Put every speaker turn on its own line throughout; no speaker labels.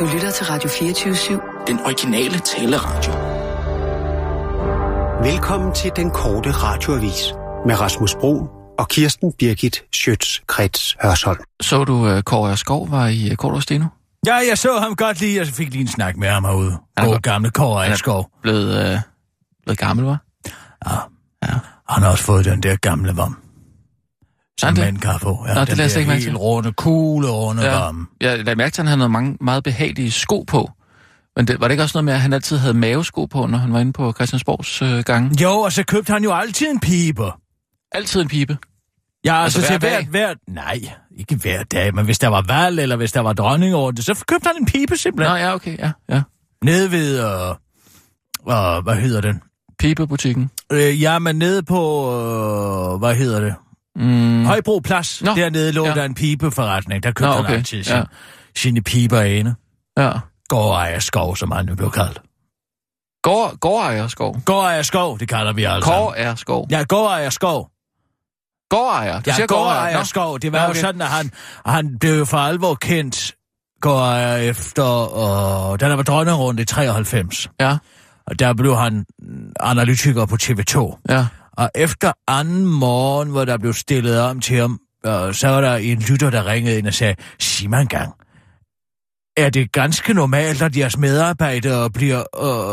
Du lytter til Radio 24-7.
Den originale taleradio.
Velkommen til den korte radioavis med Rasmus Bro og Kirsten Birgit Schøtz-Krets Hørsholm.
Så du uh, Kåre Skov var i uh, Korto Steno?
Ja, jeg så ham godt lige, og så fik lige en snak med ham herude.
er
God
godt.
gamle Kåre Askov.
Blevet, øh, blevet gammel, var?
Han har også fået den der gamle vam. Som
han det?
man kan få. Ja,
Nå, det
den
lader jeg slet
der
ikke mærke
helt
til.
runde, kugle runde ja. vam.
Jeg lagde mærke til, at han havde mange meget behagelige sko på. Men det, var det ikke også noget med, at han altid havde mavesko på, når han var inde på Christiansborgs øh, gange?
Jo, og så købte han jo altid en pibe.
Altid en pibe.
Ja,
Altså
altså, altså til
hver
hver,
dag?
hver, Nej, ikke hver dag, men hvis der var valg, eller hvis der var dronning over det, så købte han en pibe simpelthen.
Nå,
Nej.
ja, okay, ja. ja.
Nede ved, øh, øh, hvad hedder den?
Pibebutikken.
Øh, ja, men nede på, øh, hvad hedder det?
Mm.
Højbro Plads.
Nå.
Nå. Dernede lå
Ja.
ja. der en pibeforretning. Der købte
Nå,
Nå, okay.
okay.
han altid sin,
Ja.
ja. sine piber ene.
Ja.
Gårdejer skov, som han nu blev kaldt.
Gård, gårdejer skov.
Gårdejer skov, det kalder vi altså.
Kåre er skov.
Ja, gårdejer skov.
Gårdejer. Du
Ja,
siger gårdejer.
gårdejer
Nå.
skov. Det var
Nå,
jo
okay.
sådan, at han, han blev jo for alvor kendt gårdejer efter, øh, da der var dronningrunde i 93.
Ja,
Og der blev han mm, analytiker på TV2.
ja.
Og efter anden morgen, hvor der blev stillet om til ham, øh, så var der en lytter, der ringede ind og sagde, sig mig engang, er det ganske normalt, at jeres medarbejdere bliver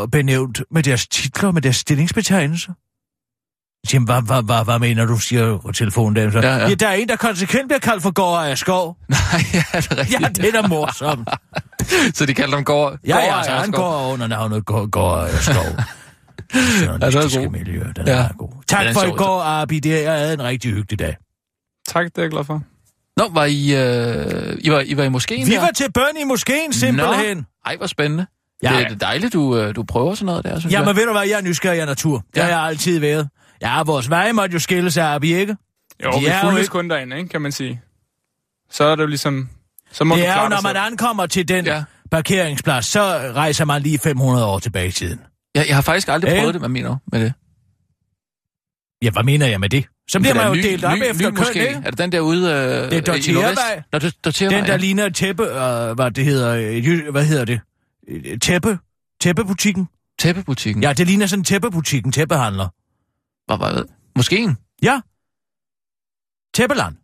øh, benævnt med deres titler, med deres stillingsbetegnelser? Så Siger, han, hvad, hvad, hvad, hvad mener du, siger telefondamen så.
Ja,
Ja,
ja.
ja. ja, der er en, der konsekvent bliver kaldt for gård af skov.
Nej, ja, det er rigtigt.
Ja, det er da morsomt.
Så de kaldte ham gård.
Ja, ja, altså,
Gårdejer
han
Skov.
går under navnet Gård, Gård øh, Skov.
den er
Journalistiske
god.
miljø, den
Ja.
ja. er god. Tak
Ja, den
for
så
i
ud.
går, Arbi. Det jeg havde en rigtig hyggelig dag.
Tak, det er jeg glad for.
Nå, var I, øh, I, var, I var i moskeen
Vi
der?
var til bøn i moskeen, simpelthen.
Nå. Ej, hvor spændende. Ja.
Ja.
Det er dejligt, du, øh, du prøver sådan noget der, synes
Ja,
jeg.
men ved du hvad, jeg er nysgerrig af natur. Det
Ja.
ja. har jeg altid været. Ja, vores veje måtte jo skille sig, Arbi, ikke?
Jo,
De
vi
er jo
fuldes
ikke-
kun derinde, ikke, kan man sige. Så er det jo ligesom... Så må
Det
du
er
klare
jo, når
dig
man
selv.
ankommer til den
Ja.
ja. parkeringsplads, så rejser man lige 500 år tilbage i tiden.
Jeg, jeg har faktisk aldrig
Ja.
prøvet det, man mener med det.
Ja, hvad mener jeg med det? Så bliver
Den der
man jo
nye-
delt op
nye-
efter
ny
køn,
moské.
ikke?
Er det den der ude øh,
Det er
i
Dortheavej.
Nordvest? Nå, det er Dortheavej,
Den, der
ja.
ligner et tæppe, øh, hvad det hedder, øh, jy- hvad hedder det? Øh, Tæppe? Tæppebutikken?
Tæppebutikken.
Ja, det ligner sådan tæppebutikken, tæppehandler.
Hvad var det? Moskeen?
Ja. Tæppeland.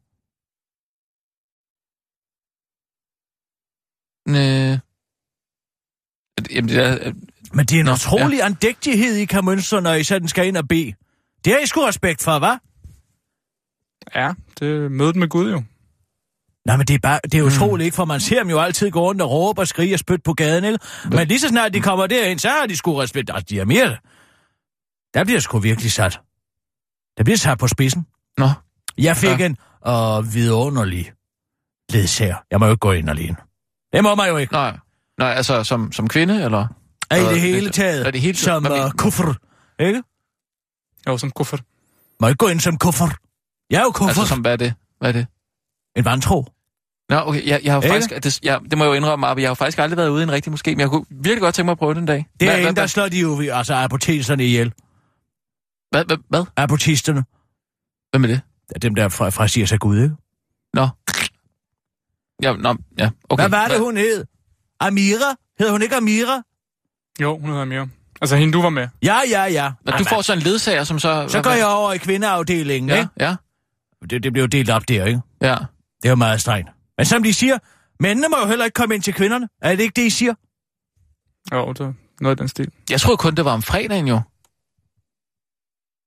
Øh... Jamen, det er... øh,
Men det er en
Nå,
Nå, utrolig ja. andægtighed, I kan mønstre, når I sådan skal ind og bede. Det har I sgu respekt for, hva'?
Ja, det er mødet med Gud jo.
Nej, men det er, bare, det er
Mm.
utroligt, ikke? For man ser dem jo altid gå rundt og råbe og skrige og spytte på gaden, ikke? Men lige så snart de kommer derhen, så har de sgu respekt. Altså, de er mere... Der bliver sgu virkelig sat. Der bliver sat på spidsen.
Nå.
Jeg fik
Ja.
ja. en øh, vidunderlig ledsager. Jeg må jo ikke gå ind alene. Det må man jo ikke.
Nej. Nej, altså som, som kvinde, eller?
Er
Nå,
i det hele
det-
taget
er det hele-
som
Hvad
øh,
men-
kuffer, ikke?
Jo, som kuffert.
Må ikke gå ind som kuffer. Jeg er jo kuffer.
Altså
Altså, som...
som, hvad er det? Hvad er det?
En vantro.
Nå, okay, jeg, jeg har
Ikke?
faktisk... Det, jeg, det må jeg jo indrømme, at jeg har faktisk aldrig været ude i en rigtig moské, men jeg kunne virkelig godt tænke mig at prøve det en dag.
Det er
Hvad-
en, der
hvad-
slår de jo, altså apotekerne ihjel.
Hvad? Hvad? Hvad?
Apotekerne.
Hvad med det?
Det er dem, der fra, fra siger sig Gud, ikke?
Ja, nå, ja, okay.
Hvad var det, hun hed? Amira? Hed hun ikke Amira?
Jo, hun hedder Mio. Altså hende, du var med.
Ja, ja, ja.
Nå, du får så en ledsager, som så...
Så
hvad-
går
hvad-
jeg over i kvindeafdelingen, ja.
Ja,
ikke?
ja,
Det, det bliver jo delt op der, ikke?
ja.
Det er jo meget strengt. Men som de siger, mændene må jo heller ikke komme ind til kvinderne. Er det ikke det, I siger?
Jo, det er noget i den stil.
Jeg troede kun, det var om fredagen jo. Er det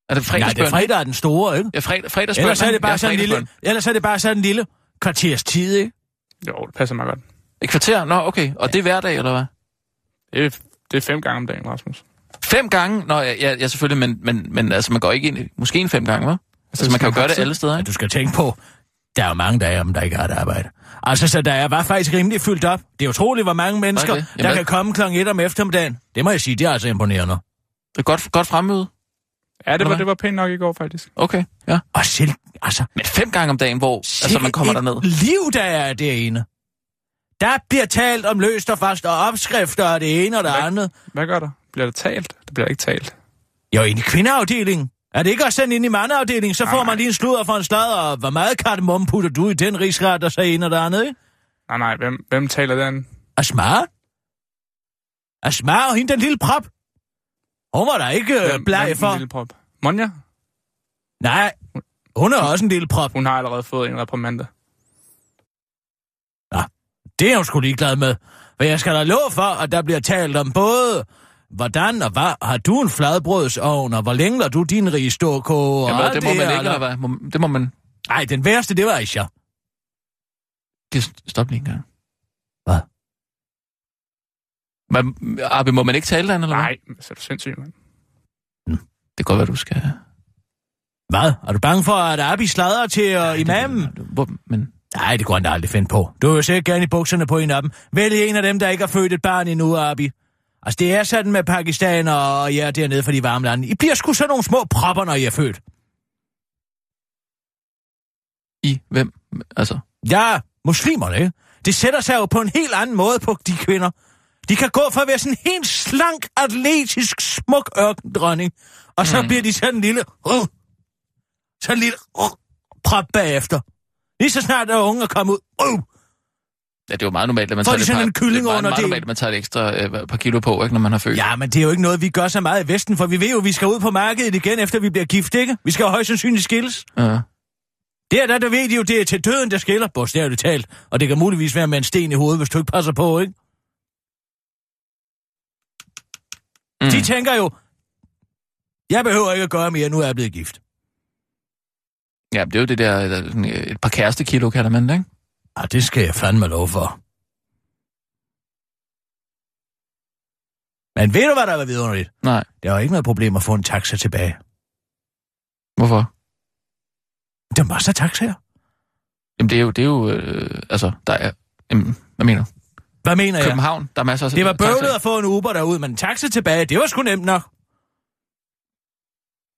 Nej, det er
fredagsbøn?
fredag er den store, ikke?
Ja, fredag, fredagsbøn.
Ellers er det bare
ja,
sådan en lille,
fredagsbøn.
ellers er det bare sådan en lille kvarters tid, ikke?
Jo, det passer mig godt.
Et kvarter? Nå, okay. Og det er hverdag, eller hvad?
Det er, det er fem gange om dagen, Rasmus.
Fem gange? Nå, ja, ja, ja selvfølgelig, men, men, men altså, man går ikke ind i... Måske en fem gange, hva'? Altså, man kan jo gøre det alle steder,
Men
ikke?
du skal tænke på, der er jo mange dage, om der ikke har et arbejde. Altså, så der er bare faktisk rimelig fyldt op. Det er utroligt, hvor mange mennesker,
det? Jamen,
der
hvad-
kan komme klokken 1 om eftermiddagen. Det må jeg sige, det er altså imponerende.
Det er godt, godt fremmøde.
Ja, det
Eller
var,
hvad?
det var pænt nok i går, faktisk.
Okay, ja.
Og selv, altså,
Men fem gange om dagen, hvor altså, man kommer
et
derned.
liv, der er derinde. Der bliver talt om løst og fast og opskrifter og det ene og det
Hvad?
andet.
Hvad gør der? Bliver det talt? Det bliver ikke talt.
Jo, ind i kvindeafdelingen. Er det ikke også sådan ind i mandeafdelingen? Så får
Nej.
man lige en sludder for en sladder, og hvor meget kardemomme putter du i den rigsret, og så en og det andet, ikke? Øh,
Nej, nej, hvem, hvem taler den?
Og smart. at smage hende den lille prop. Hun var da ikke øh,
Hvem- hvem
bleg
er
for.
den lille prop? Monja?
Nej, hun er også en lille prop.
Hun har allerede fået en reprimande.
Det er jeg jo sgu ligeglad med. For jeg skal da love for, at der bliver talt om både... Hvordan og hvad? Har du en fladbrødsovn, og hvor længe lader du din rige ståkoge? og
Ja, hvad,
alt
det må
her,
man ikke,
eller-
eller hvad? Må- Det må man...
Nej, den værste, det var Aisha.
Det stop lige en gang.
Hvad?
Man, Arbe, må man ikke tale den, eller hvad?
Nej, så er du sindssyg, mand.
Det kan godt være, du skal...
Hvad? Er du bange for, at Abi sladrer til
Nej,
uh,
det
imamen?
ved jeg ikke. Hvor- Men
Nej, det kunne han da aldrig finde på. Du er jo sikkert gerne i bukserne på en af dem. Vælg en af dem, der ikke har født et barn endnu, Abi. Altså, det er sådan med Pakistan og jer dernede fra de varme lande. I bliver sgu sådan nogle små propper, når I er født.
i hvem? Altså,
Ja, muslimerne, ikke? Det sætter sig jo på en helt anden måde på de kvinder. De kan gå fra at være sådan en helt slank, atletisk, smuk ørkendronning, og så mm. bliver de sådan en lille... Uh, sådan en lille uh, prop bagefter. Lige så snart der er unge er kommet ud, uh,
ja, det er jo meget normalt, at man
Får
tager
de
et
sådan
par,
en kylling
det er meget,
under
meget
det?
normalt, at man tager et ekstra øh, par kilo på, ikke, når man har født.
Ja, men det er jo ikke noget, vi gør så meget i Vesten, for vi ved jo, at vi skal ud på markedet igen, efter vi bliver gift, ikke? Vi skal jo højst sandsynligt skilles.
Ja.
Det er der, der ved de jo, det er til døden, der skiller, bogstaveligt talt. Og det kan muligvis være med en sten i hovedet, hvis du ikke passer på, ikke? Mm. De tænker jo, jeg behøver ikke at gøre mere, nu er jeg blevet gift.
ja, det er jo det der, øh, sådan, øh, et par kærestekilo, kalder man det, ikke?
Ah, det skal jeg fandme lov for. Men ved du, hvad der var vidunderligt?
Nej,
Der var ikke noget problem at få en taxa tilbage.
hvorfor?
Der var så taxaer.
Jamen, det er jo, det er jo øh, altså, der er, jamen, hvad mener du?
Hvad mener jeg?
København, der er masser af...
Det var bøvlet
taxaer.
at få en Uber derud, men en taxa tilbage, det var sgu nemt nok.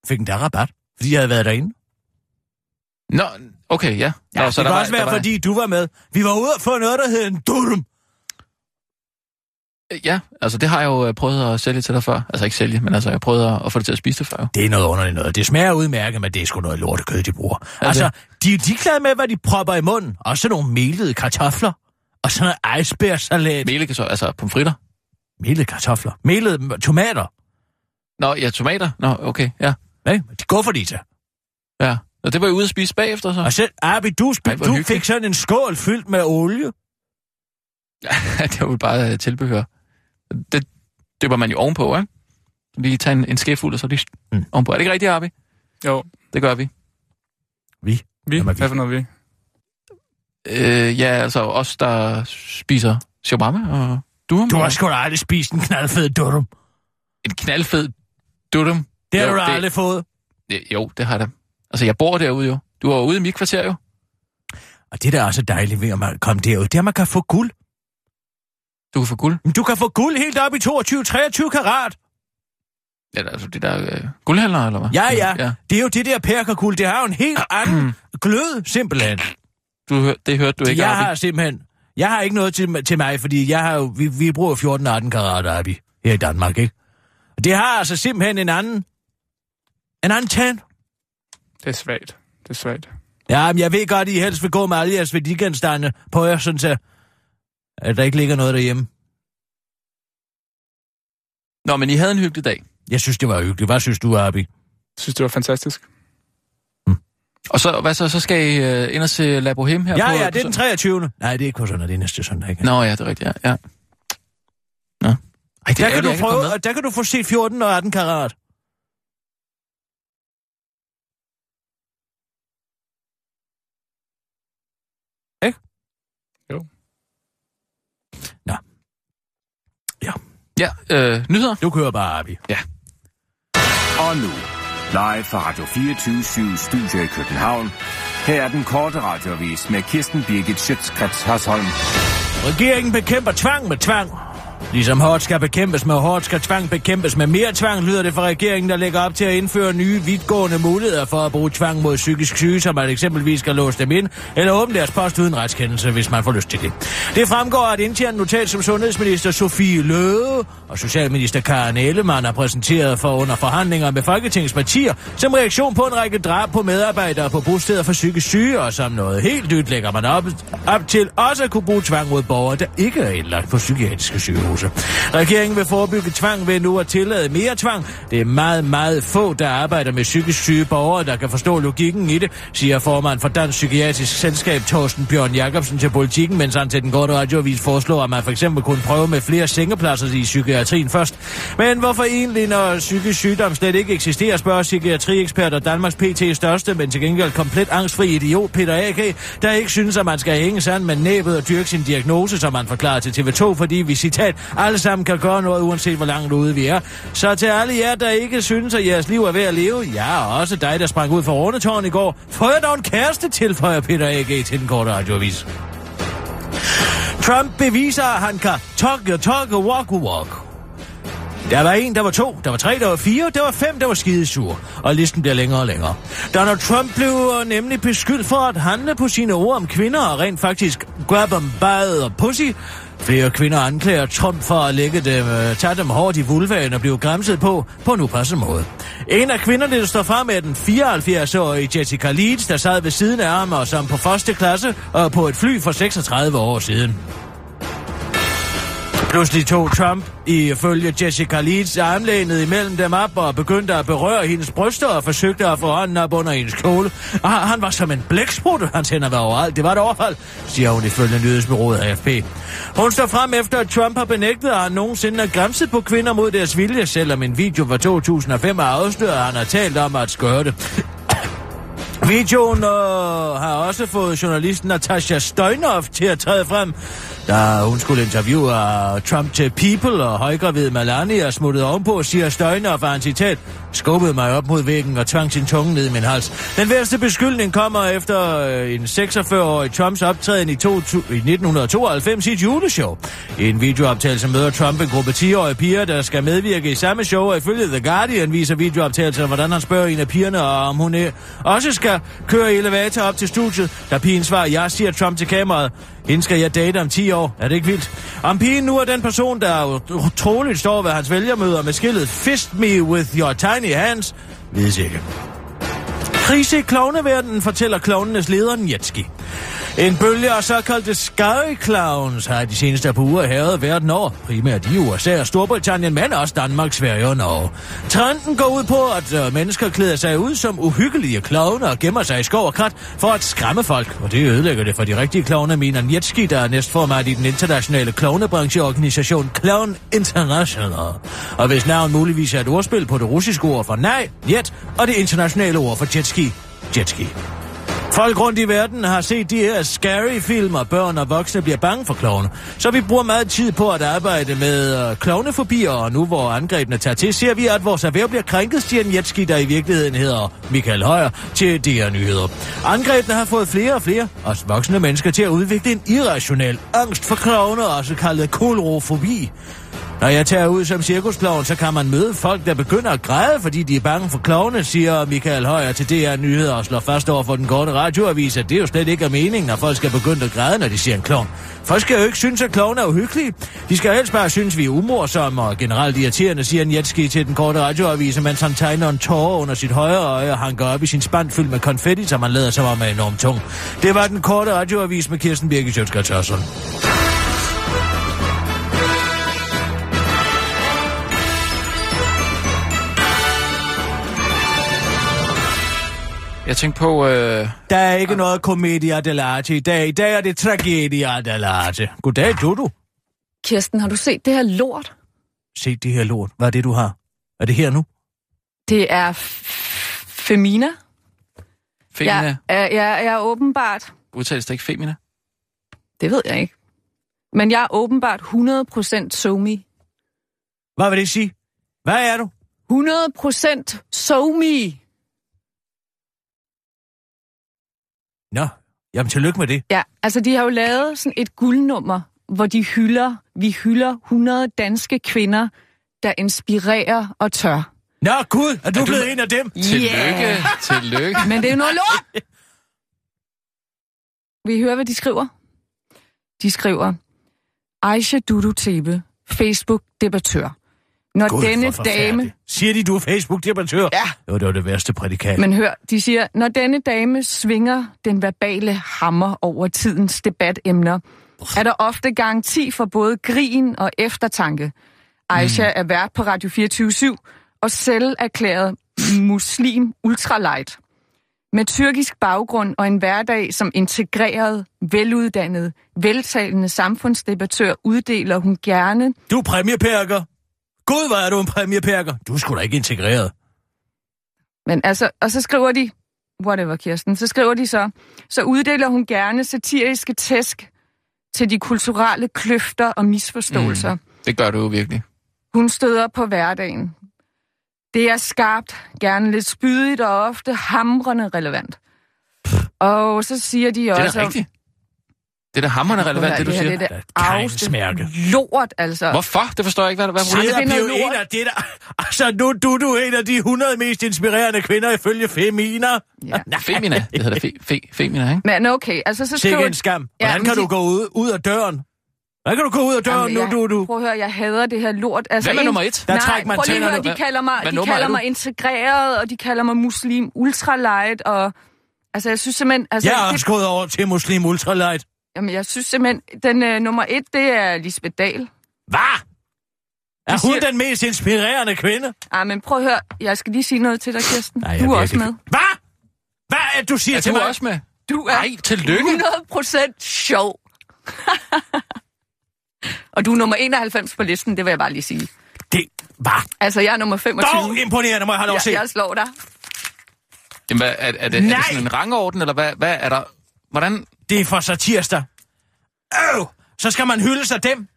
Fik en der rabat, fordi jeg havde været derinde.
Nå, okay, ja.
Ja,
Nå,
Nå, så det
der
kan
var-
også være,
der var-
fordi du var med. Vi var ude og få noget, der hed en durum.
Ja, altså det har jeg jo øh, prøvet at sælge til dig før. Altså ikke sælge, men altså jeg har prøvet at- at få det til at spise det før. jo.
Det er noget underligt noget. Det smager udmærket, men det er sgu noget lortekød, de bruger. Altså, de er ligeglade med, hvad de propper i munden. Også sådan nogle melede kartofler. Og sådan noget icebergsalat.
Mele, så, altså pomfritter.
Melede kartofler. Melede m- tomater.
Nå, ja, tomater. Nå, okay, ja.
Nej, de går for de til.
ja. Og det var jeg ude at spise bagefter, så.
Og så, Abi, du, sp-
Ej, hvor
du
hyggeligt.
fik sådan en skål fyldt med olie.
det var jo bare øh, tilbehør. Det døber man jo ovenpå, ikke? Lige tage en, en skefuld, og så lige
Mm.
mm. ovenpå. Er det ikke rigtigt, Arbi?
Jo,
Det gør vi.
Vi.
vi.
Hvem er vi?
Hvad for noget vi?
Øh, ja, altså os, der spiser shawarma og durum.
Du har
og
sgu da aldrig spist en knaldfed durum.
En knaldfed durum.
Det har
Jo,
du da
det-
aldrig fået.
Øh, Jo, det har jeg da. Altså, jeg bor derude jo. Du var jo ude i mit kvarter jo.
Og det, der er så dejligt ved at man komme derud, det er, at man kan få guld.
Du kan få guld.
Men Du kan få guld helt op i 22-23 karat.
Ja, der- altså de der øh, guldhandlere, eller hvad?
Ja, ja,
ja.
ja. Det er jo det der perkerguld. Det har jo en helt anden glød, simpelthen.
Du, hør- det hørte du ikke,
jeg
Arbi.
har simpelthen... Jeg har ikke noget til, til mig, fordi jeg har jo, vi, vi bruger 14-18 karat, Abi, her i Danmark, ikke? Og Det har altså simpelthen en anden... En anden tand.
Det er svagt. Det er svagt.
Ja, men jeg ved godt, I helst vil gå med alle jeres værdigenstande på jer, sådan så, at der ikke ligger noget derhjemme.
Nå, men I havde en hyggelig dag.
Jeg synes, det var hyggeligt. Hvad synes du, Abi?
Jeg synes, det var fantastisk.
Og så, hvad så, så skal I øh, ind og se La Boheme her
Ja,
på...
ja, det
på
er den 23. Nej, det er ikke på søndag, det er næste søndag, ikke?
Nå, ja, det er rigtigt, ja. ja. Nå. Ej, det
der,
ærgerligt,
kan
jeg ikke
du
er kommet
prøve,
med.
og der kan du få set 14 og 18 karat. Ikke?
Jo.
Nå,
Ja, øh, nyheder.
du kører bare, Abi.
Og nu, live fra Radio 24 Studio i København. Her er den korte radiovis med Kirsten Birgit Schøtzgrads Hasholm.
Regeringen bekæmper tvang med tvang. Ligesom hårdt skal bekæmpes med hårdt, skal tvang bekæmpes med mere tvang, lyder det fra regeringen, der lægger op til at indføre nye vidtgående muligheder for at bruge tvang mod psykisk syge, som man eksempelvis skal låse dem ind, eller åbne deres post uden retskendelse, hvis man får lyst til det. Det fremgår af et internt notat, som sundhedsminister Sofie Løde og socialminister Karen Ellemann har præsenteret for under forhandlinger med Folketingets partier, som reaktion på en række drab på medarbejdere på bosteder for psykisk syge, og som noget helt nyt lægger man op, op til også at kunne bruge tvang mod borgere, der ikke er indlagt på psykiatriske sygehuse. undersøgelse. Regeringen vil forebygge tvang ved nu at tillade mere tvang. Det er meget, meget få, der arbejder med psykisk syge borgere, der kan forstå logikken i det, siger formand for Dansk Psykiatrisk Selskab Thorsten Bjørn Jacobsen til politikken, mens han til den korte radioavis foreslår, at man for eksempel kunne prøve med flere sengepladser i psykiatrien først. Men hvorfor egentlig, når psykisk sygdom slet ikke eksisterer, spørger psykiatriekspert og Danmarks PT største, men til gengæld komplet angstfri idiot Peter A.K., der ikke synes, at man skal hænge sand med næbet og dyrke sin diagnose, som man forklarer til TV2, fordi vi, citat, alle sammen kan gøre noget, uanset hvor langt ude vi er. Så til alle jer, der ikke synes, at jeres liv er ved at leve, ja, og også dig, der sprang ud fra Rundetårn i går, får jeg dog en kæreste, tilføjer Peter A.G. til den korte radioavis. Trump beviser, at han kan talk your talk og walk your walk. Der var en, der var to, der var tre, der var fire, der var fem, der var skidesure. Og listen bliver længere og længere. Donald Trump blev øh, nemlig beskyldt for at handle på sine ord om kvinder og rent faktisk grab them by the pussy. Flere kvinder anklager Trump for at lægge dem, øh, tage dem hårdt i vulvaen og blive græmset på, på en upassende måde. En af kvinderne, der står frem, er den 74-årige Jessica Leeds, der sad ved siden af ham og som på første klasse og på et fly for 36 år siden. Pludselig tog Trump, ifølge Jessica Leeds, armlænet imellem dem op og begyndte at berøre hendes bryster og forsøgte at få hånden op under hendes kjole. Og han han var som en blæksprutte, hans hænder var overalt. Det var et overfald, siger hun ifølge nyhedsbyrået AFP. Hun står frem efter, at Trump har benægtet, at han nogensinde har græmset på kvinder mod deres vilje, selvom en video fra 2005 har afsløret, at han har talt om at skøre det. Videoen øh, har også fået journalisten Natasha Stoynov til at træde frem, da hun skulle interviewe øh, Trump til People og højgravid Melania smuttede ovenpå, siger Stoynov, og han citat, skubbede mig op mod væggen og tvang sin tunge ned i min hals. Den værste beskyldning kommer efter øh, en 46-årig Trumps optræden i, to, tu, i 1992 i et juleshow. I en videooptagelse møder Trump en gruppe 10-årige piger, der skal medvirke i samme show, og ifølge The Guardian viser videooptagelsen, hvordan han spørger en af pigerne, om hun øh, også skal køre i elevator op til studiet, da pigen svarer, jeg siger Trump til kameraet. Hende skal jeg date om 10 år. Er det ikke vildt? Om pigen nu er den person, der utroligt står ved hans vælgermøder med skillet Fist me with your tiny hands, vides ikke. Krise i klovneverdenen, fortæller klovnenes leder Njetski. En bølge af såkaldte sky clowns har de seneste par uger hævet verden over, primært i USA og Storbritannien, men også Danmark, Sverige og Norge. Trenden går ud på, at øh, mennesker klæder sig ud som uhyggelige klovne og gemmer sig i skov og krat for at skræmme folk, og det ødelægger det for de rigtige klovne, mener Njetski, der er næstformand i den internationale klovnebrancheorganisation Clown International. Og hvis navn muligvis er et ordspil på det russiske ord for nej, jet, og det internationale ord for jetski, jetski. Folk rundt i verden har set de her scary film, og børn og voksne bliver bange for klovne. Så vi bruger meget tid på at arbejde med øh, klovnefobier, og nu hvor angrebene tager til, ser vi, at vores erhverv bliver krænket, siger en jetski, der i virkeligheden hedder Michael Højer, til DR Nyheder. Angrebene har fået flere og flere, også voksne mennesker, til at udvikle en irrationel angst for klovne, også kaldet kolorofobi. Når jeg tager ud som cirkusklovn, så kan man møde folk, der begynder at græde, fordi de er bange for klovne, siger Michael Højer til DR Nyheder og slår først over for den korte radioavis, at det jo slet ikke er meningen, at folk skal begynde at græde, når de ser en klovn. Folk skal jo ikke synes, at klovne er uhyggelige. De skal helst bare synes, vi er umorsomme og generelt irriterende, siger Njetski til den korte radioavis, mens han tegner en tårer under sit højre øje og hanker op i sin spand fyldt med konfetti, som han lader sig om er enormt tung. Det var den korte radioavis med Kirsten Birgit Sjøtsgaard Tørsson.
Jeg tænkte på... Øh,
Der er ikke noget komedia dell'arte i dag. I dag er det tragedia dell'arte. Goddag, Dudu.
Kirsten, har du set det her lort?
Se det her lort. Hvad er det, du har? Er det her nu?
Det er f- Femina.
Femina. Ja.
Jeg, jeg, jeg, jeg er åbenbart...
Udtales det ikke Femina?
Det ved jeg ikke. Men jeg er åbenbart 100% somi.
Hvad vil det sige? Hvad er du?
100% somi!
Nå, jamen tillykke med det.
Ja, altså de har jo lavet sådan et guldnummer, hvor de hylder, vi hylder 100 danske kvinder, der inspirerer og tør.
Nå gud, er du, er
du-
du blevet en af dem?
Tillykke,
Yeah.
tillykke.
Men det er jo noget lort! Vi hører, hvad de skriver. De skriver, Aisha Dudu Tebe, Facebook-debattør. Når
Gud,
denne
hvor
dame...
forfærdeligt. Siger de, du er Facebook-debattør?
Ja.
Jo, det var det værste prædikat. Men...
Men hør, de siger, når denne dame svinger den verbale hammer over tidens debatemner, er der ofte garanti for både grin og eftertanke. Aisha mm. er vært på Radio 24 og selv erklæret muslim ultralight. Med tyrkisk baggrund og en hverdag som integreret, veluddannet, veltalende samfundsdebattør uddeler hun gerne...
Du er præmieperker. Gud, hvor er du en præmieperker. Du er sgu da ikke integreret.
Men altså, og så skriver de... Whatever, Kirsten. Så skriver de så... Så uddeler hun gerne satiriske tæsk til de kulturelle kløfter og misforståelser. Mm.
Det gør du jo virkelig.
Hun støder på hverdagen. Det er skarpt, gerne lidt spydigt og ofte hamrende relevant. Og så siger de
Det
også...
er da rigtigt. Det er da hammerende relevant, det du siger.
Det er
Der er
det
et
arveste
kegnsmærke.
lort, altså.
Hvorfor? Det forstår jeg ikke. Hvad, hvad er
Ej,
Det
det
er
er noget
blevet en
lort.
af det der... Altså, nu du er du en af de 100 mest inspirerende kvinder ifølge Femina.
Ja.
problemet? Femina. Det hedder fe, fe, Femina, ikke?
Men okay, altså så skriver...
Sikke en skam. Hvordan
men
kan
de-
du gå ud, ud af døren? Hvordan kan du gå ud af døren
Jamen,
nu,
jeg-
du, du?
Prøv at høre, jeg hader det her lort. Altså,
Hvem er
en-
nummer et?
Der
Nej,
trækker man
prøv lige at høre,
tænderne.
de kalder mig,
Hvad
de
nummer er
kalder
du?
mig integreret, og de kalder mig muslim ultralight, og... Altså, jeg synes simpelthen... Altså,
Jeg er
det,
også gået over til Muslim Ultralight.
jamen, jeg synes simpelthen, den øh, nummer et, det er Lisbeth Dahl.
Hvad? Er hun
siger-
den mest inspirerende kvinde?
Ej, Ah, men prøv at høre, jeg skal lige sige noget til dig, Kirsten.
jeg
du er
bliver
også
ikke-
med.
Hvad? Hvad er det, du siger
Er
til
du
mig?
også med?
Du er
Nej, tillykke.
100% sjov. og du er nummer 91 på listen, det vil jeg bare lige sige.
Det var
Altså, jeg er nummer 25.
dog imponerende, må jeg have lov at se.
jeg, jeg slår dig.
Jamen, hvad, er, er, det, er det
Nej!
sådan en rangorden, eller hvad, hvad er der... Hvordan... altså,
Det er for satirster. Øv! Så skal man hylde sig dem.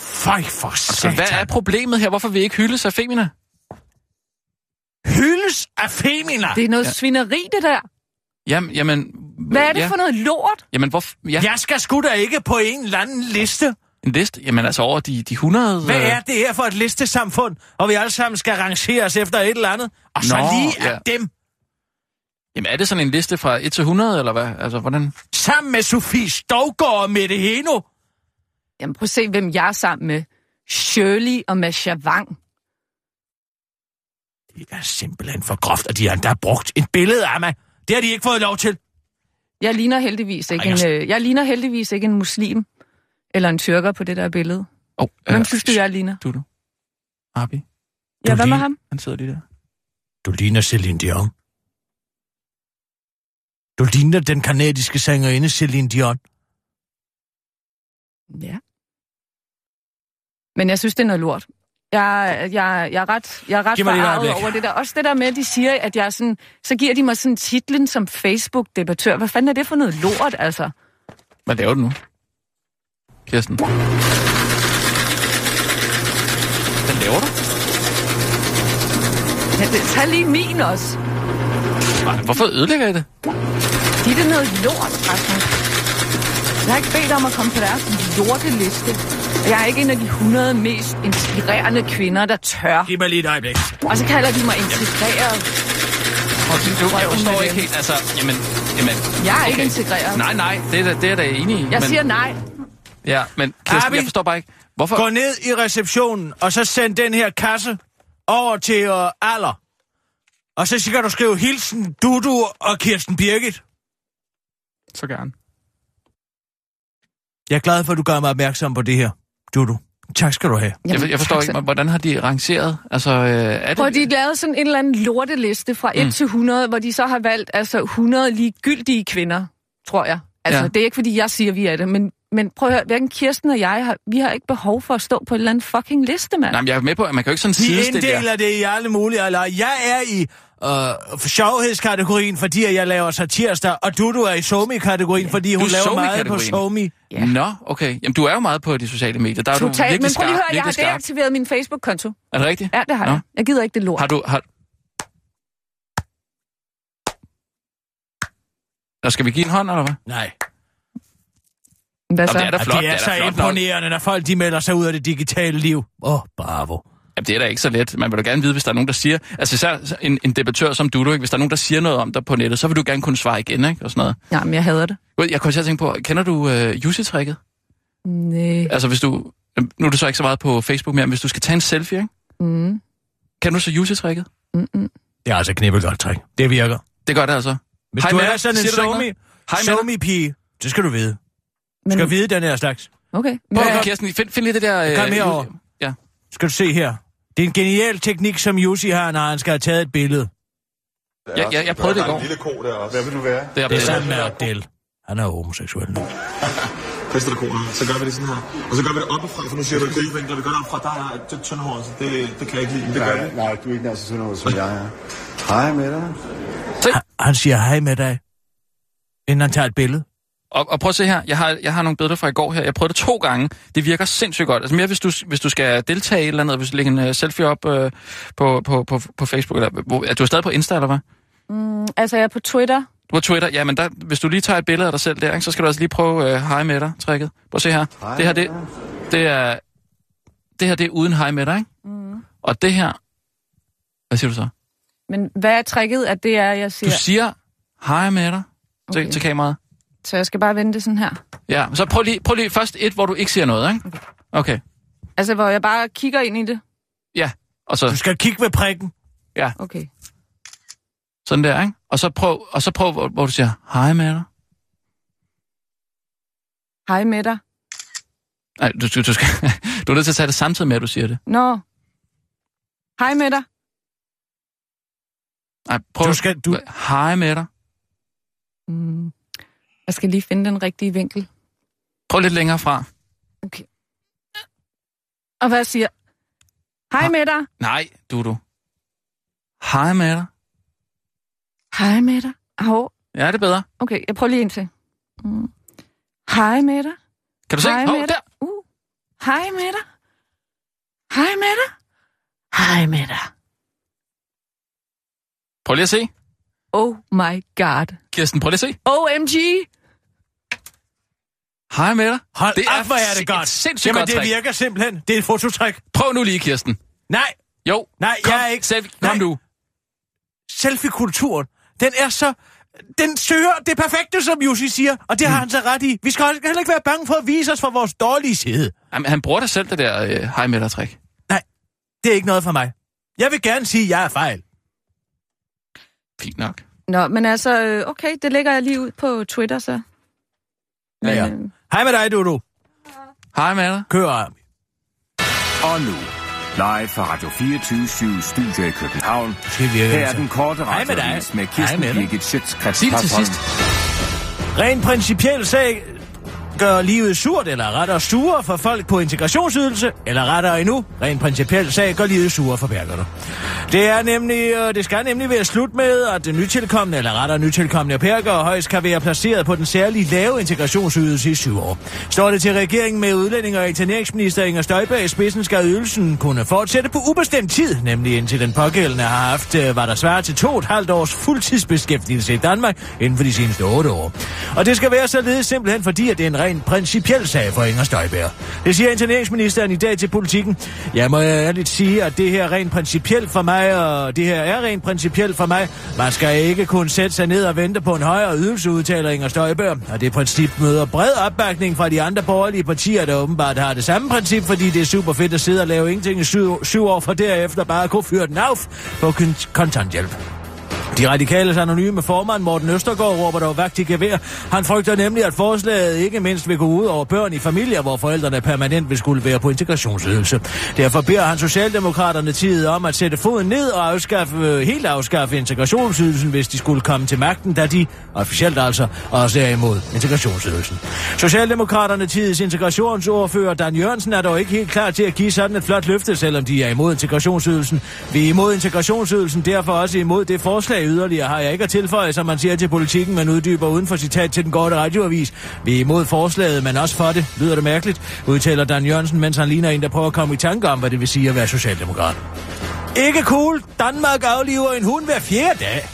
Fej for
Så
satan.
hvad er problemet her? Hvorfor vil I ikke hylde sig Femina?
Hyldes af feminer.
Det er noget ja. svineri, det der.
Jamen, jamen...
Hvad er det
ja.
ja. for noget lort?
Jamen, hvor... Ja, ja.
Jeg skal sgu da ikke på en eller anden liste.
en liste. Jamen, altså over de, de 100...
Hvad
øh,
er det her for et listesamfund, og vi alle sammen skal rangeres efter et eller andet? Og så
Nå,
lige af
ja.
dem,
Jamen, er det sådan en liste fra 1 til 100, eller hvad? Altså, hvordan...
sammen med Sofie Stovgaard og Mette Heno.
Jamen, prøv at se, hvem jeg er sammen med. Shirley og Masha Wang.
Det er simpelthen for groft, at de har endda brugt et billede af mig. Det har de ikke fået lov til.
Jeg ligner heldigvis ikke,
Ej, jeg-
En, øh, jeg ligner heldigvis ikke en muslim eller en tyrker på det der billede.
Oh,
Hvem synes du, jeg ligner?
Du, du. Abi,
Ja, hvad med
ligner-
ham?
han sidder lige der.
Du ligner Celine Dion. Du ligner den kanadiske sangerinde Celine Dion.
Ja. Men jeg synes, det er noget lort. Jeg, jeg, jeg er ret, jeg er ret
Giv mig lige et
forarvet
øjeblik.
over det der. Også det der med, at de siger, at jeg er sådan... Så giver de mig sådan titlen som Facebook-debattør. Hvad fanden er det for noget lort, altså?
Hvad laver du nu? Kirsten. Hvad laver du?
Ja, det, tag lige min også.
Ej, hvorfor ødelægger jeg det?
Det er noget lort, Rasmus. Jeg har ikke bedt om at komme på deres lorteliste. Og Jeg er ikke en af de 100 mest inspirerende kvinder, der tør.
Giv mig lige et øjeblik.
Og så kalder de mig integreret.
Du, jeg forstår ikke helt, altså... Jamen, jamen...
Jeg er ikke
Okay.
integreret.
Nej, nej, det er, da- det er jeg da enig i.
Jeg
men,
siger nej.
Ja, men Kirsten,
Abi!
jeg forstår bare ikke. Hvorfor...
Gå ned i receptionen, og så send den her kasse over til øh, Aller. Og så skal du skrive hilsen Dudu og Kirsten Birgit.
Så gerne.
Jeg er glad for, at du gør mig opmærksom på det her, Dudu. Tak skal du have.
Jeg, jeg forstår
tak
ikke,
selv.
hvordan har de rangeret? Altså, øh, er
altså- Prøv, at de
det...
lavede sådan en eller anden lorteliste fra
Mm.
1 til 100, hvor de så har valgt altså 100 ligegyldige kvinder, tror jeg. Altså,
Ja.
ja. det er ikke, fordi jeg siger, vi er det, men, men prøv at høre, hverken Kirsten og jeg, har, vi har ikke behov for at stå på en eller anden fucking liste, mand.
Nej, men jeg er med på, at man kan jo ikke sådan
De
sidestille jer.
inddeler det i alle mulige eller Jeg er i øh, sjovhedskategorien, fordi at jeg laver satirster, og Dudu er i somi-kategorien, fordi hun
Du er
laver meget på
somi-kategorien.
somi.
Ja.
Nå, okay. Jamen, du er jo meget på de sociale medier. Der er du
Totalt,
virkelig
men prøv
skarp,
lige at høre, jeg har
virkelig skarp.
deaktiveret min Facebook-konto.
Er det rigtigt?
Ja, det har
Nå.
jeg. Jeg gider ikke det lort.
Har du... Har... Nå, skal vi give en hånd, eller hvad?
Nej.
Hvad
Nå,
så?
det er da
Ja,
flot.
det er,
da
så
flot nok.
imponerende, når folk de melder sig ud af det digitale liv. Åh, oh, bravo.
Jamen, det er da ikke så let. Man vil da gerne vide, hvis der er nogen, der siger... Altså, især en, en debattør som du, du, ikke? hvis der er nogen, der siger noget om dig på nettet, så vil du gerne kunne svare igen, ikke? Og sådan noget.
Nej, men jeg hader det.
Gud, Jeg kommer til at tænke på, kender du øh, Jussi-tricket?
Nej.
Altså, hvis du... Nu er du så ikke så meget på Facebook mere, men hvis du skal tage en selfie, ikke?
Mm.
Kan du så Jussi-tricket?
Det er altså et knippelgodt trick. Det virker.
Det gør det altså.
Hvis
Hej,
du
Mette.
er sådan en
Siger du ikke
somi,
Hej, Mette.
somi-pige, det skal du vide. Men... Skal vide den her slags.
Okay.
Prøv
Ja.
at Kirsten, find, find lige det der... øh,
Kom herover.
Ja.
Skal du se her. Det er en genial teknik, som Jussi har, når han skal have taget et billede.
Ja, ja, jeg prøvede det i går.
lille ko der også. Hvad vil du være?
Det er,
Det er sammen med Abdel. Han er homoseksuel nu.
Fester konen, så gør vi det sådan her. Og så gør vi det oppefra, for nu siger du at gribe vinkler. Vi gør det oppefra, der er et tyndhåret, så det, det kan jeg ikke lide, men det gør vi.
Nej, du er ikke nær så sundhed, som jeg er. Hej med dig.
Han siger hej med dig, inden han tager et billede.
Og, og prøv at se her, jeg har, jeg har nogle billeder fra i går her. Jeg prøvede det to gange. Det virker sindssygt godt. Altså mere hvis du, hvis du skal deltage i et eller andet, hvis du lægger en uh, selfie op uh, på, på, på, på Facebook. Eller, hvor, er du stadig på Insta, eller hvad?
Altså, jeg er på Twitter.
Du har Twitter. Ja, men der, hvis du lige tager et billede af dig selv der, ikke, så skal du altså lige prøve uh, hej med dig-tricket. Prøv at se her.
Hej
det her,
med
det, det er, det her, det er uden hej med dig, ikke? Mm. Og det her... Hvad siger du så?
Men hvad er tricket, at det er, jeg
Du
siger?
siger hej med dig okay.
Okay.
til, til kameraet.
Så jeg skal bare vente det sådan her.
Ja, så prøv lige, prøv lige først et, hvor du ikke siger noget, ikke? Okay.
Altså, hvor jeg bare kigger ind i det.
Ja, og så...
Du skal kigge ved prikken.
Okay.
Sådan der, ikke? Og så prøv, og så prøv hvor, hvor du siger, hej med dig.
Hej med dig.
Nej, du, du, du, skal, du er nødt til at tage det samtidig med, at du siger det.
Nå. Hej med dig.
Nej, prøv.
Du skal- du-
Hej med dig.
Mm. Jeg skal lige finde den rigtige vinkel.
Prøv lidt længere fra.
Og hvad siger? Hej med dig.
Nej, du du. Hej med dig.
Hej med dig. Hov.
Ja, det er bedre.
Okay, jeg prøver lige en til. Mm. Hej med dig.
Kan du se?
Hej
Hov,
med dig.
der.
Uh. Hej med dig. Hej med dig. Hej med dig.
Prøv lige at se.
Oh my god.
Kirsten, prøv lige at se.
OMG.
Hej med dig.
Hold
Det
det
er
er op, hvor er
sin-
det godt.
et sindssygt
Jamen,
godt
det
trick.
virker simpelthen. Det er et fototrik.
Prøv nu lige, Kirsten.
Nej,
Jo.
Nej,
kom,
jeg er ikke-
Selv,
Nej.
kom nu.
selfie-kulturen, den er så... Den søger det perfekte, som Jussi siger, og det har
Mm.
han så ret i. Vi skal heller ikke være bange for at vise os fra vores dårlige side.
Jamen, han bruger da selv det der øh, hej med dig trick.
Det er ikke noget for mig. Jeg vil gerne sige, at jeg er fejl.
Fint nok.
Nå, men altså, øh, okay, det lægger jeg lige ud på Twitter så. Men,
ja.
øh,
Hej med dig, Dodo.
Hej med dig.
Kør, Armin.
Og nu, live fra Radio 24 Studio i København.
Skal vi virke
Her er
altså.
den korte
Hej med dig.
radiovis med
Hej
Kirsten
med dig.
Birgit Schøtzgrads
Sig det til sidst.
Rent principielt sag gør livet surt, eller rettere sure for folk på integrationsydelse, eller rettere endnu, rent principielt sag gør livet sure for værkerne. Det, er nemlig, øh, det skal nemlig være slut med, at det nytilkommende, eller rettere nytilkommende perker højst kan være placeret på den særlige lave integrationsydelse i syv år. Står det til regeringen med udlændinge og interneringsminister Inger Støjberg i spidsen, skal ydelsen kunne fortsætte på ubestemt tid, nemlig indtil den pågældende har haft, øh, hvad der svarer til to og et halvt års fuldtidsbeskæftigelse i Danmark inden for de seneste otte år. Og det skal være således simpelthen fordi, at det er en ren principiel sag for Inger Støjberg. Det siger interneringsministeren i dag til politikken. Jeg må ærligt sige, at det her er rent principielt for mig, og det her er rent principielt for mig. Man skal ikke kunne sætte sig ned og vente på en højere ydelse, udtaler Inger Støjberg. Og det princip møder bred opbakning fra de andre borgerlige partier, der åbenbart har det samme princip, fordi det er super fedt at sidde og lave ingenting i syv, syv år, for derefter bare at kunne fyre den af på kon- kontanthjælp. De radikales anonyme formand Morten Østergaard råber dog vagt i gevær. Han frygter nemlig, at forslaget ikke mindst vil gå ud over børn i familier, hvor forældrene permanent vil skulle være på integrationsydelse. Derfor beder han Socialdemokraterne tid om at sætte foden ned og afskaffe, øh, helt afskaffe integrationsydelsen, hvis de skulle komme til magten, da de officielt altså også er imod integrationsydelsen. Socialdemokraterne tids integrationsordfører Dan Jørgensen er dog ikke helt klar til at give sådan et flot løfte, selvom de er imod integrationsydelsen. Vi er imod integrationsydelsen, derfor også imod det forslag yderligere har jeg ikke at tilføje, som man siger til politikken, man uddyber uden for citat til den korte radioavis. Vi er imod forslaget, men også for det. Lyder det mærkeligt, udtaler Dan Jørgensen, mens han ligner en, der prøver at komme i tanke om, hvad det vil sige at være socialdemokrat. Ikke cool. Danmark afliver en hund hver fjerde dag.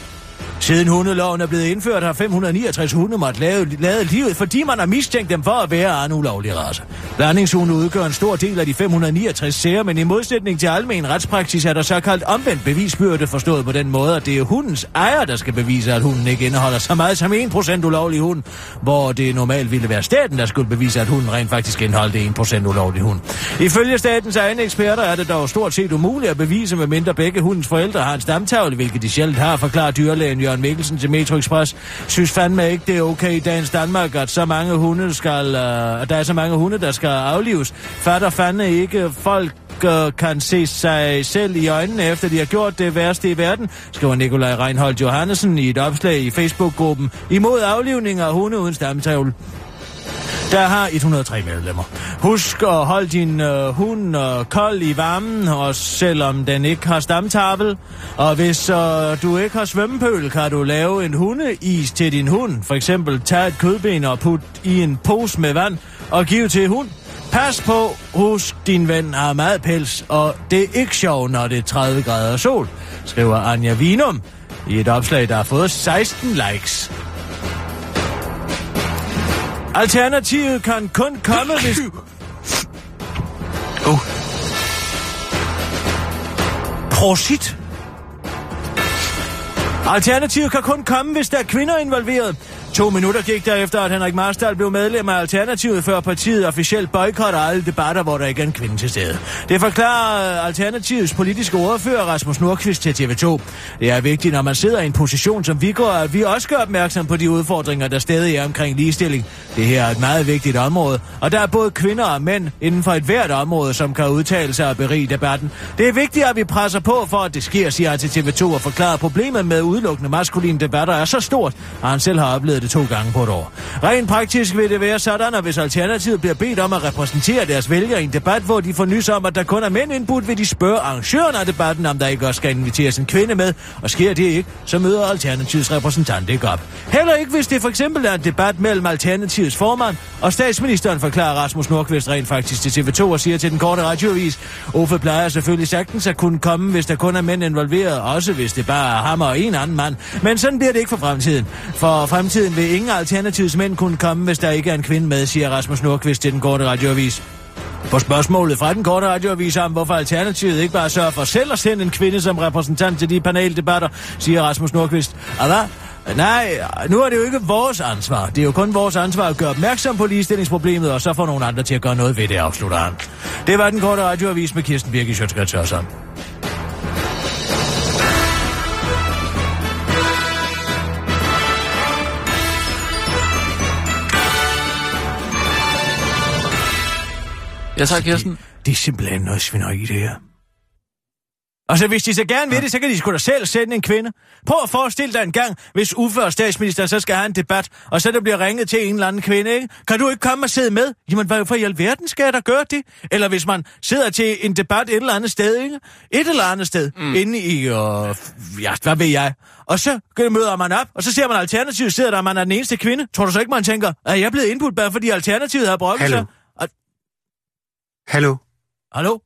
Siden hundeloven er blevet indført, har 569 hunde måttet lave, lade livet, fordi man har mistænkt dem for at være af en ulovlig race. Blandingsugen udgør en stor del af de 569 sager, men i modsætning til almen retspraksis er der såkaldt omvendt bevisbyrde forstået på den måde, at det er hundens ejer, der skal bevise, at hunden ikke indeholder så meget som 1% ulovlig hund, hvor det normalt ville være staten, der skulle bevise, at hunden rent faktisk indeholdte 1% ulovlig hund. Ifølge statens egne eksperter er det dog stort set umuligt at bevise, medmindre begge hundens forældre har en stamtavle, hvilket de sjældent har, forklarer dyrlægen Jørgen Mikkelsen til Metro Express. Synes fandme ikke, det er okay i dagens Danmark, at så mange hunde skal, øh, at der er så mange hunde, der skal aflives. Fatter fandme ikke folk øh, kan se sig selv i øjnene, efter de har gjort det værste i verden, skriver Nikolaj Reinholdt Johannesen i et opslag i Facebook-gruppen imod aflivning af hunde uden stamtavle der har 103 medlemmer. Husk at holde din øh, hund øh, kold i varmen, og selvom den ikke har stamtavle. Og hvis øh, du ikke har svømmepøl, kan du lave en hundeis til din hund. For eksempel tage et kødben og putte i en pose med vand og give til hund. Pas på, husk, din ven har meget pels, og det er ikke sjovt, når det er 30 grader sol, skriver Anja Vinum i et opslag, der har fået 16 likes. Alternativet kan kun komme, hvis... Oh. Prosit. Alternativet kan kun komme, hvis der er kvinder involveret. To minutter gik derefter, at Henrik Marstal blev medlem af Alternativet, før partiet officielt boykotter alle debatter, hvor der ikke er en kvinde til stede. Det forklarer øh, Alternativets politiske ordfører Rasmus Nordqvist til TV2. Det er vigtigt, når man sidder i en position som vi går, at vi også gør opmærksom på de udfordringer, der stadig er omkring ligestilling. Det her er et meget vigtigt område, og der er både kvinder og mænd inden for et hvert område, som kan udtale sig og berige debatten. Det er vigtigt, at vi presser på for, at det sker, siger han til TV2 og forklarer at problemet med udelukkende maskuline debatter er så stort, at han selv har oplevet det to gange på et år. Rent praktisk vil det være sådan, at hvis Alternativet bliver bedt om at repræsentere deres vælgere i en debat, hvor de får nys om, at der kun er mænd indbudt, vil de spørge arrangøren af debatten, om der ikke også skal inviteres en kvinde med, og sker det ikke, så møder Alternativets repræsentant ikke op. Heller ikke, hvis det for eksempel er en debat mellem Alternativets formand og statsministeren, forklarer Rasmus Nordqvist rent faktisk til TV2 og siger til den korte radioavis, Uffe plejer selvfølgelig sagtens at kunne komme, hvis der kun er mænd involveret, også hvis det bare er ham og en anden mand. Men sådan bliver det ikke for fremtiden. For fremtiden vil ingen Alternativets mænd kunne komme, hvis der ikke er en kvinde med, siger Rasmus Nordqvist til den korte radioavis. På spørgsmålet fra den korte radioavis om, hvorfor Alternativet ikke bare sørger for selv at sende en kvinde som repræsentant til de paneldebatter, siger Rasmus Nordqvist. Og hvad? Nej, nu er det jo ikke vores ansvar. Det er jo kun vores ansvar at gøre opmærksom på ligestillingsproblemet, og så få nogle andre til at gøre noget ved det, afslutter han. Det var den korte radioavis med Kirsten Birke Sjøtskrets
Jeg tager Kirsten.
Det er simpelthen noget svineri, det her. Og så hvis de så gerne vil det, så kan de sgu da selv sende en kvinde. Prøv at forestille dig en gang, hvis Uffe og statsministeren så skal have en debat, og så der bliver ringet til en eller anden kvinde, ikke? Kan du ikke komme og sidde med? Jamen, hvorfor i alverden skal jeg da gøre det? Eller hvis man sidder til en debat et eller andet sted, ikke? Et eller andet sted, mm. inde i, og ja, hvad ved jeg? Og så møder man op, og så ser man alternativet sidder der, og man er den eneste kvinde. Tror du så ikke, man tænker, at jeg er blevet indbudt bare fordi alternativet har brokket
Hallo.
sig? Og,
Hallo?
hallo?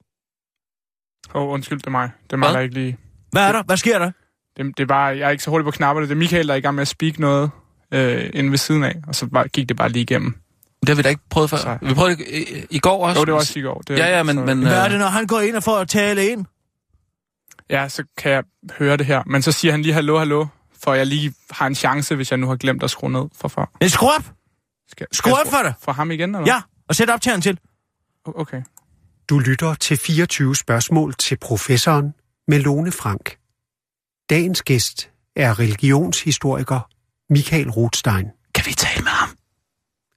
Åh, oh, undskyld, det er mig. Det er mig,
Hvad?
der ikke lige...
Hvad er der? Hvad sker der?
Det, det er bare, jeg er ikke så hurtig på knapperne. Det er Michael, der er i gang med at speak noget øh, inde ved siden af, og så bare, gik det bare lige igennem.
Det har vi da ikke prøvet før.
Sej.
Vi prøvede det i, i- i går også.
Jo, det var også i går. Det,
Ja, ja, men-
så,
men, øh,
Hvad er det, når han går ind og får at tale ind?
Ja, så kan jeg høre det her. Men så siger han lige hallo, hallo, for jeg lige har en chance, hvis jeg nu har glemt at skrue ned for før.
En skru op!
Skal, skal
Skru
jeg
op for dig!
For ham igen, eller?
Ja, og sæt optageren til.
O- Okay.
Du lytter til 24 spørgsmål til professoren Melone Frank. Dagens gæst er religionshistoriker Michael Rothstein.
Kan vi tale med ham?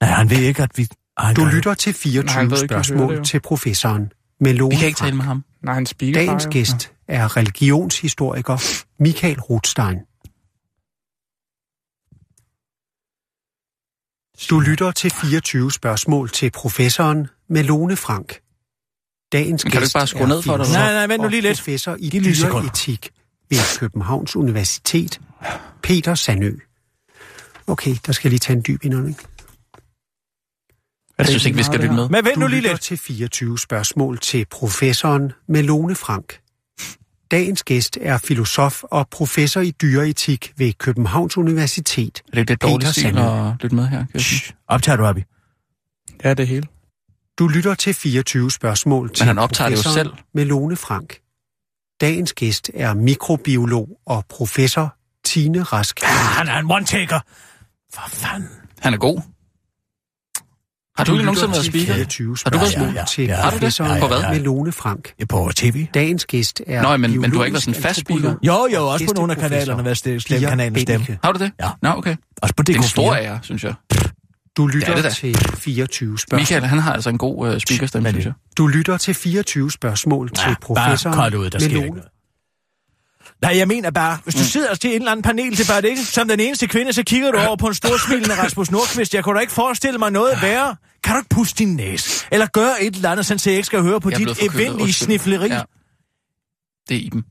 Nej, han ved ikke, at vi... Ej,
Du
nej.
lytter til
Nej, han
24
ved ikke, han hører det
spørgsmål
jo.
til professoren Melone
Vi kan ikke
Frank.
tale med ham.
Nej, han speaker
Dagens
bare, jo.
gæst er religionshistoriker Michael Rothstein. Du lytter til 24 spørgsmål til professoren Melone Frank. Dagens
Men kan du
gæst
ikke bare skrue
er
ned for dig?
filosof
Nej, nej, vent nu
og
lige lidt.
professor i
Giv lige et sekund.
dyreetik ved Københavns Universitet, Peter Sandø. Okay, der skal jeg lige tage en dyb indånding.
Jeg synes ikke, vi skal lytte med.
Men vent nu
Du
lige
lytter
lidt.
til 24 spørgsmål til professoren Melone Frank. Dagens gæst er filosof og professor i dyreetik ved Københavns Universitet.
Er det ikke lidt dårligt
Peter
stil
Sandø.
at lytte med her, Kirsten?
Optager du, Abby?
Ja, det hele.
Du lytter til 24 spørgsmål til
han optager det jo
professoren
selv.
Melone Frank. Dagens gæst er mikrobiolog og professor Tine Rask.
Ah, Han er en one-taker. For fanden.
Han er god. Har du, du nogensinde været speaker?
24
Har du været
spørgsmål
ja, ja.
til
Ja,
har du det?
professoren
På hvad?
Melone Frank.
Det er på tv.
Dagens gæst er
Nå, men- men du har ikke
biologisk
været sådan en fast speaker?
antropolog
Jo, jo, også på
og
nogle af
gæsteprofessor
kanalerne, hvad stem-
Pia
stemmekanalen stemme.
Bennike.
Har du det?
Ja.
Nå, okay. Det
Også på DK4.
er en stor ære, synes jeg.
Du
Ja,
lytter
det er
ja,
det.
til 24 spørgsmål.
Michael, han har altså en god uh, speakerstemme,
Hvad er
synes
det?
jeg.
Du lytter til 24 spørgsmål ja, til professoren
Bare koldt ud, der sker
Melone.
ikke noget. Nej, jeg mener bare, hvis du mm. sidder til en eller anden paneldebat, ikke? Som den eneste kvinde, så kigger du over på en storsmilende Rasmus Nordqvist. Jeg kunne da ikke forestille mig noget værre. Kan du ikke puste din næse? Eller gøre et eller andet, så jeg ikke skal høre på
Jeg er blevet
dit
forkølet,
evindelige
undskyld.
snifleri.
Ja. Det er Iben.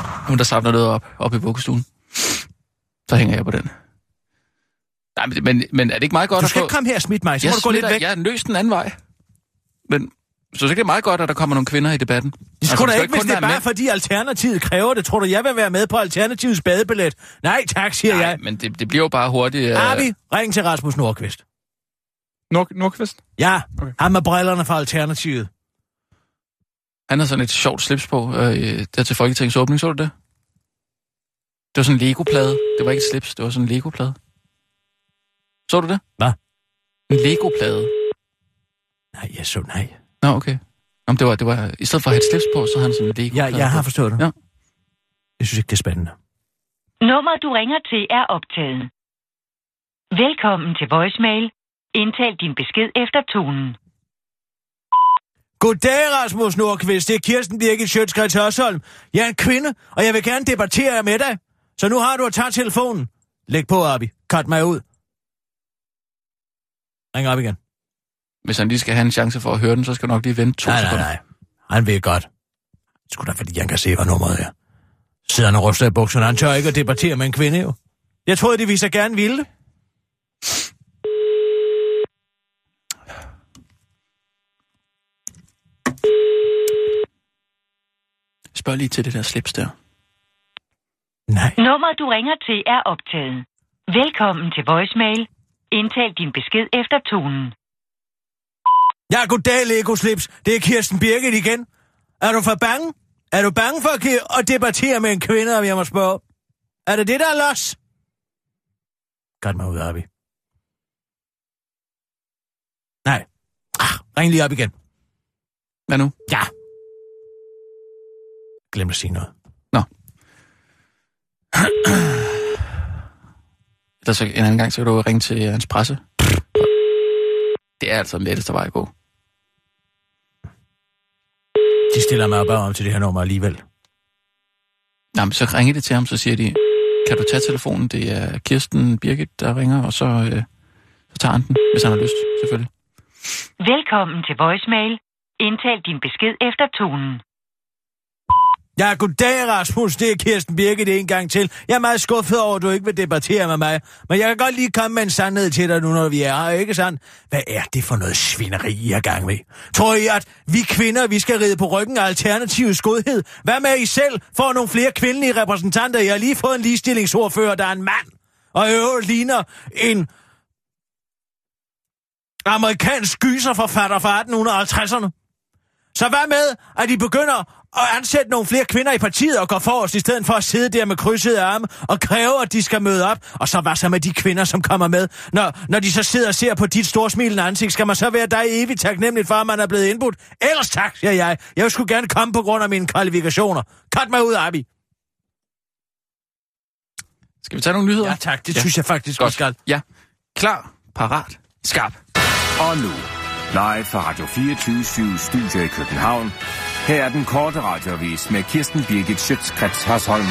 Hun, der samler noget op, op i vuggestuen. Så hænger jeg på den. Nej, men, men, men er det ikke meget godt
Du
at
skal
få...
ikke komme her og smitte mig, så
jeg
må du gå lidt
smitter-
væk.
Jeg er løs den anden vej. Men så synes jeg, det er meget godt, at der kommer nogle kvinder i debatten.
Det
Altså,
skulle
det
da
skal
ikke, hvis
kun
det
være
er bare
mænd.
fordi Alternativet kræver det. Tror du, jeg vil være med på Alternativets badebillet? Nej, tak, siger
Nej,
jeg. Ah,
men det, det bliver jo bare hurtigt... øh,
Arvi, ring til Rasmus Nordqvist.
Nord- Nordqvist?
Ja,
Okay.
ham med brillerne fra Alternativet.
Han har sådan et sjovt slips på, øh, der til Folketingets åbning, så du det? Det var sådan en Lego-plade. Det var ikke et slips, det var sådan en Lego-plade. Så du det?
Hvad?
En Lego-plade.
Nej, jeg så nej.
Nå, okay. Nå, men det var, det var, I stedet for at have et slips på, så har han sådan en Lego-plade
Jeg, jeg har
på.
forstået det.
Ja.
Jeg synes ikke, det er spændende.
Nummeret, du ringer til, er optaget. Velkommen til voicemail. Indtal din besked efter tonen.
Goddag, Rasmus Nordqvist. Det er Kirsten Birgit Sjøtskrets Hørsholm. Jeg er en kvinde, og jeg vil gerne debattere med dig. Så nu har du at tage telefonen. Læg på, Arbi. Cut mig ud. Ring op igen.
Hvis han lige skal have en chance for at høre den, så skal han nok lige vente to
Nej, nej,
sekunder.
nej. Han ved godt. Skulle da, fordi han kan se, hvad nummeret er. Sidder han og ryster i bukserne. Han tør ikke at debattere med en kvinde, jo. Jeg troede, de viser gerne ville. det.
Spørg lige til det der slips der.
Nej.
Nummeret, du ringer til, er optaget. Velkommen til voicemail. Indtal din besked efter tonen.
Ja, goddag, Lego Slips. Det er Kirsten Birgit igen. Er du for bange? Er du bange for at, give- at debattere med en kvinde, om jeg må spørge? Er det det, der er los? Godt mig ud, Arbi. Nej. Ah, ring lige op igen.
Hvad nu?
Ja. Glem at sige noget.
Eller så en anden gang, så kan du ringe til øh, hans presse. Det er altså den letteste vej at gå.
De stiller mig bare om til det her nummer alligevel.
Nå, men så ringer de til ham, så siger de, kan du tage telefonen? Det er Kirsten Birgit, der ringer, og så, øh, så tager han den, hvis han har lyst, selvfølgelig.
Velkommen til voicemail. Indtal din besked efter tonen.
Ja, goddag Rasmus, det er Kirsten Birgit en gang til. Jeg er meget skuffet over, at du ikke vil debattere med mig. Men jeg kan godt lige komme med en sandhed til dig nu, når vi er her, ikke sandt? Hvad er det for noget svineri, I er gang med? Tror I, at vi kvinder, vi skal ride på ryggen af alternativets godhed? Hvad med at I selv får nogle flere kvindelige repræsentanter? Jeg har lige fået en ligestillingsordfører, der er en mand. Og i øvrigt ligner en amerikansk gyserforfatter fra 1850'erne. Så hvad med, at de begynder at ansætte nogle flere kvinder i partiet og går forrest, i stedet for at sidde der med krydsede arme og kræve, at de skal møde op? Og så hvad så med de kvinder, som kommer med? Når, når de så sidder og ser på dit storsmilende ansigt, skal man så være dig evigt taknemmelig for, at man er blevet indbudt? Ellers tak, siger jeg. Jeg skulle gerne komme på grund af mine kvalifikationer. Cut mig ud, Abi.
Skal vi tage nogle nyheder?
Ja tak, det ja. synes jeg faktisk, vi
Godt.
skal.
Ja. Klar, parat, skarp.
Og nu, live fra Radio 24 Studio i København. Her er den korte radiovis med Kirsten Birgit Schøtzgrads Hasholm.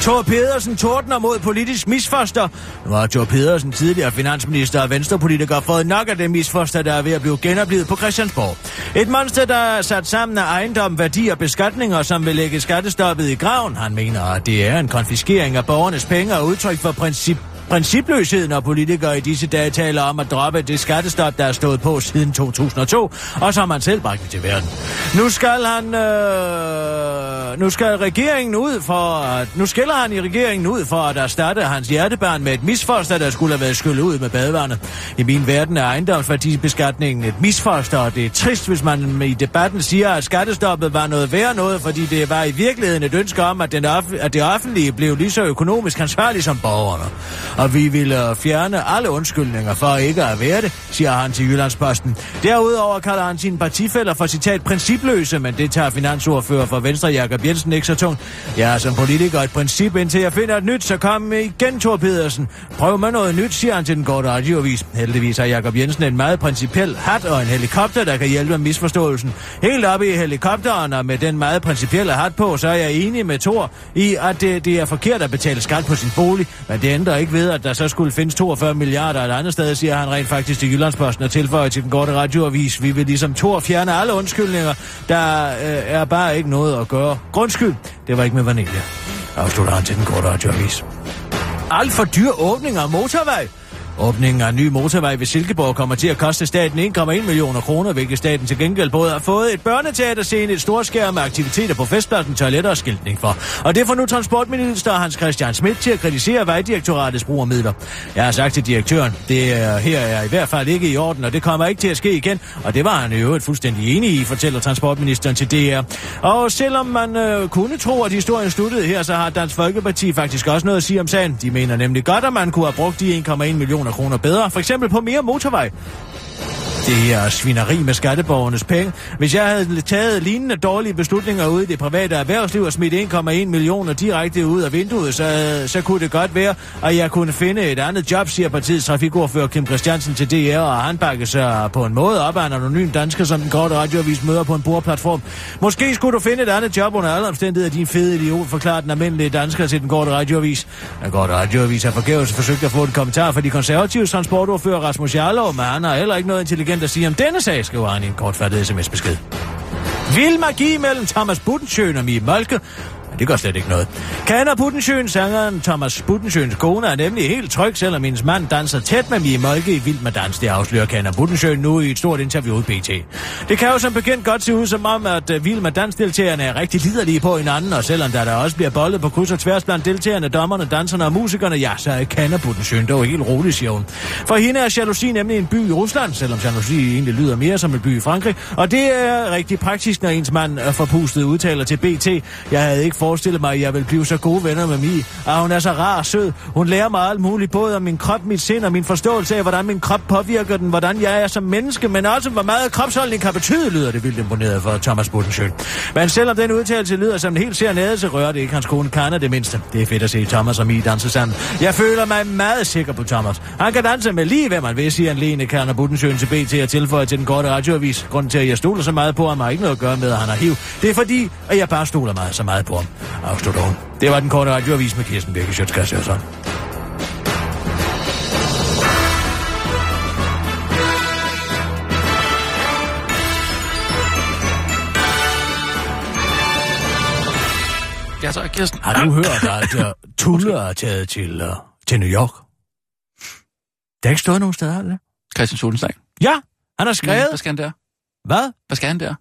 Thor Pedersen tordner mod politisk misfoster. Nu har Thor Pedersen, tidligere finansminister og venstrepolitiker, fået nok af det misfoster, der er ved at blive genoplevet på Christiansborg. Et monster, der er sat sammen af ejendom, værdi og beskatninger, som vil lægge skattestoppet i graven. Han mener, at det er en konfiskering af borgernes penge og udtryk for princip Principløsheden og politikere i disse dage taler om at droppe det skattestop, der er stået på siden 2002, og som han selv bragte til verden. Nu skal han... Øh, nu skal regeringen ud for... At, nu skiller han i regeringen ud for at erstatte hans hjertebarn med et misfoster, der skulle have været skyllet ud med badevandet. I min verden er ejendomsværdibeskatningen et misfoster, og det er trist, hvis man i debatten siger, at skattestoppet var noget værd noget, fordi det var i virkeligheden et ønske om, at, den off- at det offentlige blev lige så økonomisk ansvarlig som borgerne. Og vi ville øh, fjerne alle undskyldninger for ikke at være det, siger han til Jyllandsposten. Derudover kalder han sine partifælder for citat principløse, men det tager finansordfører for Venstre Jakob Jensen ikke så tungt. Jeg er som politiker et princip, indtil jeg finder et nyt, så kom igen, Thor Pedersen. Prøv med noget nyt, siger han til den korte radioavis. Heldigvis har Jakob Jensen en meget principiel hat og en helikopter, der kan hjælpe med misforståelsen. Helt oppe i helikopteren og med den meget principielle hat på, så er jeg enig med Thor i, at det, det er forkert at betale skat på sin bolig, men det ændrer ikke ved, at der så skulle findes 42 milliarder et andet sted, siger han rent faktisk til Jyllandsposten og tilføjer til den korte radioavis. Vi vil ligesom Thor fjerne alle undskyldninger. Der øh, er bare ikke noget at gøre. Grundskyld, det var ikke med vanilje. Afslutter han til den korte radioavis. Alt for dyr åbning af motorvej. Åbningen af en ny motorvej ved Silkeborg kommer til at koste staten 1,1 millioner kroner, hvilket staten til gengæld både har fået et børneteaterscene, et storskærm med aktiviteter på festpladsen, toiletter og skiltning for. Og det får nu transportminister Hans Christian Schmidt til at kritisere Vejdirektoratets brug af midler. Jeg har sagt til direktøren, det er- her er i hvert fald ikke i orden, og det kommer ikke til at ske igen. Og det var han i øvrigt fuldstændig enig i, fortæller transportministeren til DR. Og selvom man øh, kunne tro, at historien sluttede her, så har Dansk Folkeparti faktisk også noget at sige om sagen. De mener nemlig godt, at man kunne have brugt de 1,1 millioner kroner bedre, for eksempel på mere motorvej. Det her er svineri med skatteborgernes penge. Hvis jeg havde taget lignende dårlige beslutninger ude i det private erhvervsliv og smidt 1,1 millioner direkte ud af vinduet, så, så kunne det godt være, at jeg kunne finde et andet job, siger partiets trafikordfører Kim Christiansen til DR, og han bakker sig på en måde op af en anonym dansker, som den korte radioavis møder på en bordplatform. Måske skulle du finde et andet job under alle omstændigheder, din fede idiot, forklarer den almindelige dansker til den korte radioavis. Den korte radioavis har forgæves forsøgt at få en kommentar fra de konservative transportordfører Rasmus Jarlov, men han har heller ikke noget intelligent at sige om denne sag, skriver han i en kortfattet sms-besked. Vild magi mellem Thomas Budensjøen og Mie Molke. Men Det gør slet ikke noget. Kan og Budensjøen, sangeren Thomas Budensjøens kone, er nemlig helt tryg, selvom hendes mand danser tæt med Mie Molke i Vild med Dans. Det afslører Kan og Budensjøen nu i et stort interview i BT. Det kan jo som bekendt godt se ud som om, at øh, Vild med Dans-deltagerne er rigtig liderlige på hinanden, og selvom der, der også bliver boldet på kryds og tværs blandt deltagerne, dommerne, danserne og musikerne, ja, så er Kan og Budensjøen dog helt rolig, øh, siger hun. For hende er jalousi nemlig en by i Rusland, selvom jalousi egentlig lyder mere som en by i Frankrig, og det er rigtig praktisk, når ens mand er forpustet udtaler til BT. Jeg havde ikke forestillet mig, at jeg ville blive så gode venner med Mie, og hun er så rar og sød. Hun lærer mig alt muligt, både om min krop, mit sind og min forståelse af, hvordan min krop påvirker den, hvordan jeg er som menneske, men også hvor meget kropsholdning kan betyde, lyder det vildt imponeret for Thomas Budensjøl. Men selvom den udtalelse lyder som en helt sernede, så rører det ikke hans kone Karna det mindste. Det er fedt at se Thomas og Mie danse sammen. Jeg føler mig meget sikker på Thomas. Han kan danse med lige, hvem han vil, siger en Lene Karna Budensjøen til BT og tilføjer til den korte radioavis. Grunden til, at jeg stoler så meget på ham, har ikke noget at gøre med, at han har HIV. Det er fordi, at jeg bare stoler meget så meget på ham, afslutter hun. Det var den korte radioavis med Kirsten Birke Sjøtskast Hørsson.
Ja, så Kirsten.
Har du hørt, at uh, Tulle er taget til, uh, til New York? Der er ikke stået nogen steder, eller?
Christian Solenstein.
Ja, han har skrevet.
Hvad skal han der?
Hvad?
Hvad skal han der?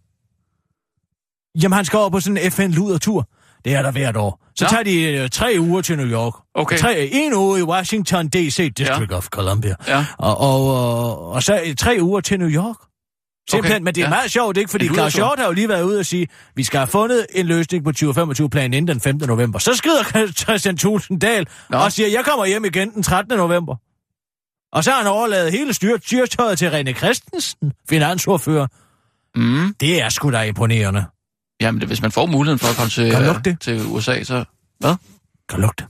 Jamen, han skal over på sådan en FN-ludertur. Det er der hvert år. Så
Nå.
tager de øh, tre uger til New York.
Okay.
Tre, en uge i Washington D.C., District ja. of Columbia.
Ja.
Og, og, og, og så øh, tre uger til New York. Simpelthen,
Okay,
okay. men det er
ja.
ja. meget sjovt, ikke? Fordi
En
Claus
ludertur.
Hjort har jo lige været ude og sige, vi skal have fundet en løsning på 2025-planen inden den 5. november. Så skrider Christian Thulsen Dahl
Nå.
og siger, jeg kommer hjem igen den 13. november. Og så har han overladet hele styrt- styrtøjet til René Christensen, finansordfører.
Mm.
Det er sgu da imponerende.
Jamen, det, hvis man får muligheden for at komme til,
Kan
øh,
lugte det?
til USA, så...
Kan lugte.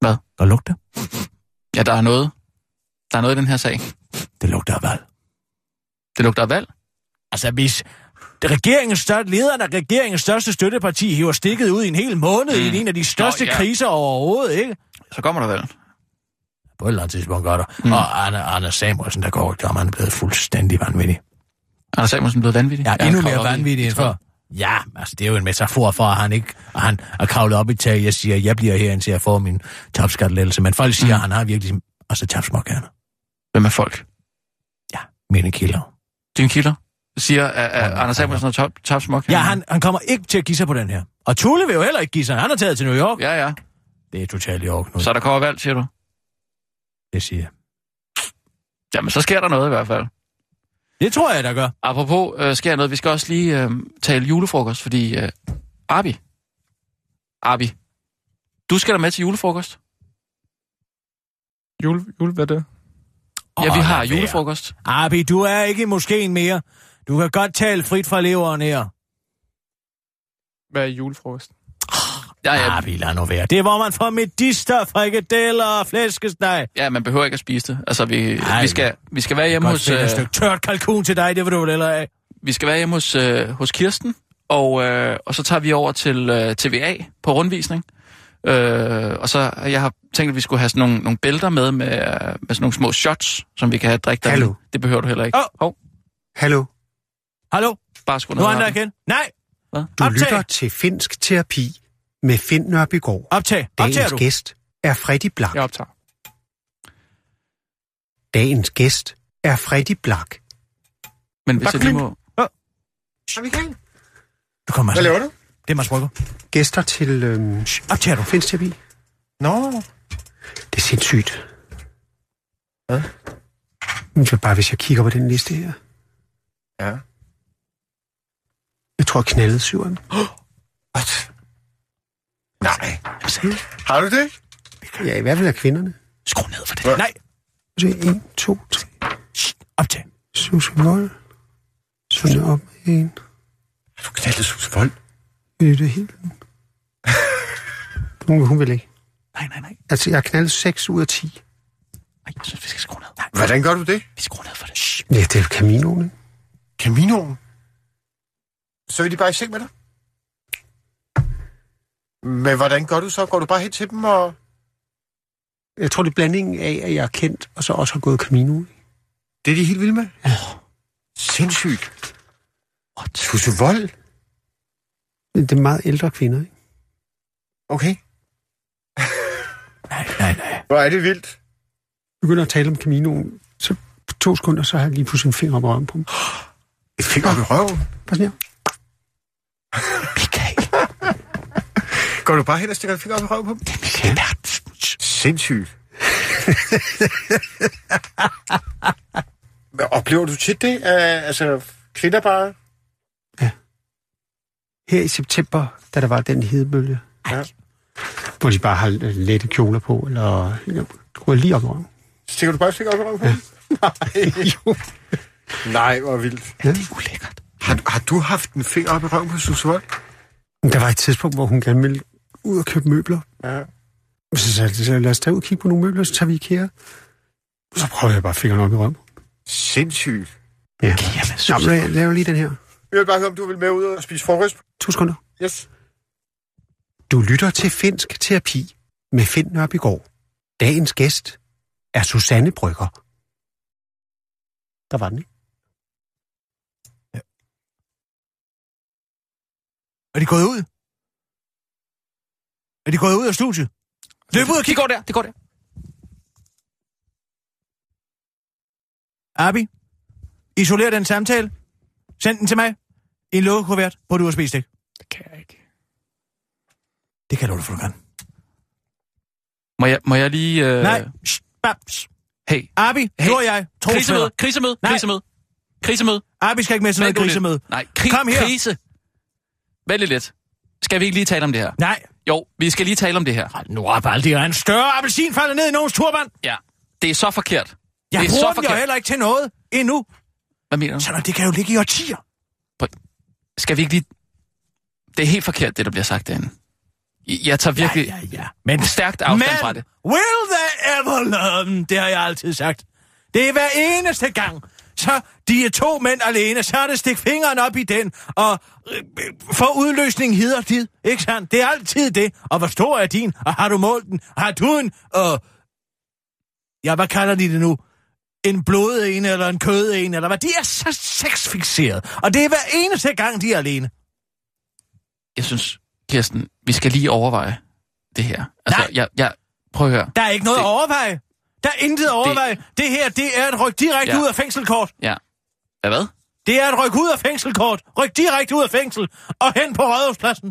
Hvad?
Kan lugte.
Ja, der er noget. Der er noget i den her sag.
Det lugter af valg.
Det lugter af valg.
Altså, hvis regeringens største, lederen af regeringens største støtteparti hiver stikket ud i en hel måned mm. i en af de
Nå,
største Nå,
ja.
ja. kriser overhovedet, ikke?
Så kommer der valg.
På et eller andet tidspunkt gør der. Mm. Og Arne, Arne Samuelsen, der går ikke om, han er blevet fuldstændig vanvittig.
Anders Samuelsen er blevet vanvittig.
Ja,
han
endnu mere
kravler op i-
vanvittig
i
end
træet.
før. Ja, altså det er jo en metafor for, at han ikke at han er kravlet op i taget. Jeg siger, jeg bliver herinde til at få min topskattelettelse. Men folk siger, mm. at han har virkelig... Altså topsmåkærner.
Hvem er folk?
Ja, mine kilder.
Din kilder? Siger uh, uh, Anders Samuelsen og top, top Smuk.
Ja, han, han kommer ikke til at give sig på den her. Og Tulle vil jo heller ikke give sig. Han er taget til New York.
Ja, ja.
Det er totalt i orden.
Så der kommer valg, siger du?
Det siger jeg.
Jamen, så sker der noget i hvert fald.
Det tror jeg, der gør.
Apropos øh, sker noget, vi skal også lige øh, tale julefrokost, fordi øh, Arbi, Arbi, du skal da med til julefrokost.
Jule, jule hvad er det?
ja, vi
Åh,
har
lad være.
julefrokost.
Arbi, du er ikke i moskeen mere. Du kan godt tale frit fra leveren her.
Hvad er julefrokost?
Ja, ja,
Arbi, lad nu være. Det er, hvor man får medister, frikadeller og flæskesteg.
ja, man behøver ikke at spise det. Altså, vi,
Nej,
vi, skal, vi skal være hjemme
Godt
hos,
finde
øh,
et stykke tørt kalkun til dig, det vil du vel heller af.
vi skal være hjemme hos, øh, hos Kirsten, og, øh, og så tager vi over til øh, TVA på rundvisning. Øh, og så jeg har tænkt, at vi skulle have sådan nogle, nogle bælter med, med, øh, med sådan nogle små shots, som vi kan have drikke derinde.
Hallo.
Det behøver du heller ikke.
Åh.
Hov,
Hallo,
Hallo?
bare skru
Nu
ned.
er han der
radioen.
igen. Nej,
du
Optag.
lytter til Finsk Terapi med Finn Nørbygård.
optag. Optager
Dagens
du?
gæst er Freddy Blak.
Jeg optager.
Dagens gæst er Freddy Blak.
Men hvis
Bare
jeg lige
klip.
må...
Du kommer altså.
du?
Det er Mads Brygger.
Gæster til øhm,
Optager du?
Finsk Terapi.
Nå,
Det er sindssygt. Hvad? Jeg bare, hvis jeg kigger på den liste her.
Ja.
Jeg tror, jeg knaldede syveren.
what? Nej. Har du det?
Ja, i hvert fald er kvinderne.
Skru ned for det.
Hvad?
Nej,
Så 1, 2, 3,
Shh, optag.
7, 7, 0. Sådan op. 1.
Har du knaldet Susse Vold?
Øh, Det er det helt. Hun, hun vil ikke.
Nej, nej, nej.
Altså, jeg har knaldet 6 ud af 10.
Nej, jeg synes, vi skal skrue ned.
Hvordan gør du det?
Vi skruer ned for det. Shh.
Ja, det er jo Caminoen, ikke?
Caminoen. Så er de bare i seng med dig? Men hvordan gør du så? Går du bare hen til dem og...
Jeg tror, det er blandingen af, at jeg er kendt, og så også har gået Caminoen.
Det er de helt vilde med? Ja. Sindssygt. Susse Vold?
Det er meget ældre kvinder, ikke?
Okay.
Nej, nej, nej.
Hvor er det vildt.
Begynder at tale om Caminoen, så på to sekunder, så har jeg lige pludselig en finger op i røven på dem.
Et finger op i røven.
Bare sådan her.
Går du bare hen og stikker et finger op i røven på dem? Sindssygt. Men Oplever du tit det? Uh, altså, kvinder bare...
her i september, da der var den hedebølge.
Ja.
Hvor de bare har øh, lette kjoler på, eller jeg går lige op i røven.
Stikker du bare et finger op i røven på dem?
Jo.
Nej. Nej, hvor vildt.
Ja.
Ulækkert.
Har, har du haft en finger op i røven på Susse Vold?
Men Der var et tidspunkt, hvor hun gerne ville ud og købe møbler.
Ja.
Så sagde jeg, så lad os tage ud og kigge på nogle møbler, så tager vi IKEA. Så prøver jeg bare fingrene op i røven.
Sindssygt.
Ja.
Jamen,
Nå, men lad- lad jo lige den her.
Jeg vil bare høre, om du vil med ud og spise frokost.
To sekunder.
Yes.
Du lytter til Finsk Terapi med Finn Nørbygård. Dagens gæst er Susanne Brygger. Der var den, ikke?
Er de gået ud? Er de gået ud af studiet? Løb ud og
Det
kig.
går der, det går der.
Abi, isoler den samtale. Send den til mig. I en lukket kuvert på et USB-stik.
Det kan jeg ikke.
Det kan du da for, du kan.
Må jeg, må jeg lige... Øh...
Nej. Shh, babs.
Hey.
Abi,
Hey.
hey. du og jeg. Tro
Krisemøde, krisemøde,
Nej.
krisemøde. Krisemøde.
Abi skal ikke med til noget
Vent nu lidt.
krisemøde.
Nej, kri-
Kom her.
krise. Vent lige lidt. Skal vi ikke lige tale om det her?
Nej.
Jo, vi skal lige tale om det her.
Hold nu op, Aldi. Og en større appelsin falder ned i nogens turban.
Ja. Det er så forkert.
Jeg
det er
bruger
så
den jo
forkert.
heller ikke til noget endnu.
Hvad mener du?
Sådan, det kan jo ligge i årtier.
Skal vi ikke lige... Det er helt forkert, det der bliver sagt derinde. I- Jeg tager virkelig ja,
Ja,
ja,
ja, ja. Men
stærkt afstand
Men
fra det.
will they ever love them? Det har jeg altid sagt. Det er hver eneste gang. Så de er to mænd alene, så er det stik fingeren op i den, og øh, øh, for udløsning hedder tid, ikke sandt? Det er altid det. Og hvor stor er din? Og har du målt den? Har du en, og... Ja, hvad kalder de det nu? En blod en, eller en kød en, eller hvad? De er så sexfixeret. Og det er hver eneste gang, de er alene.
jeg synes, Kirsten, vi skal lige overveje det her. Altså, Nej. Jeg, jeg, prøv at høre.
Der er ikke noget det... at overveje. Der er intet at overveje. Det, det her, det er et ryk direkte
Ja.
ja. ud af fængselkort.
Ja. Ja, hvad?
Det er et ryk ud af fængselkort. Ryk direkte ud af fængsel og hen på rådhuspladsen.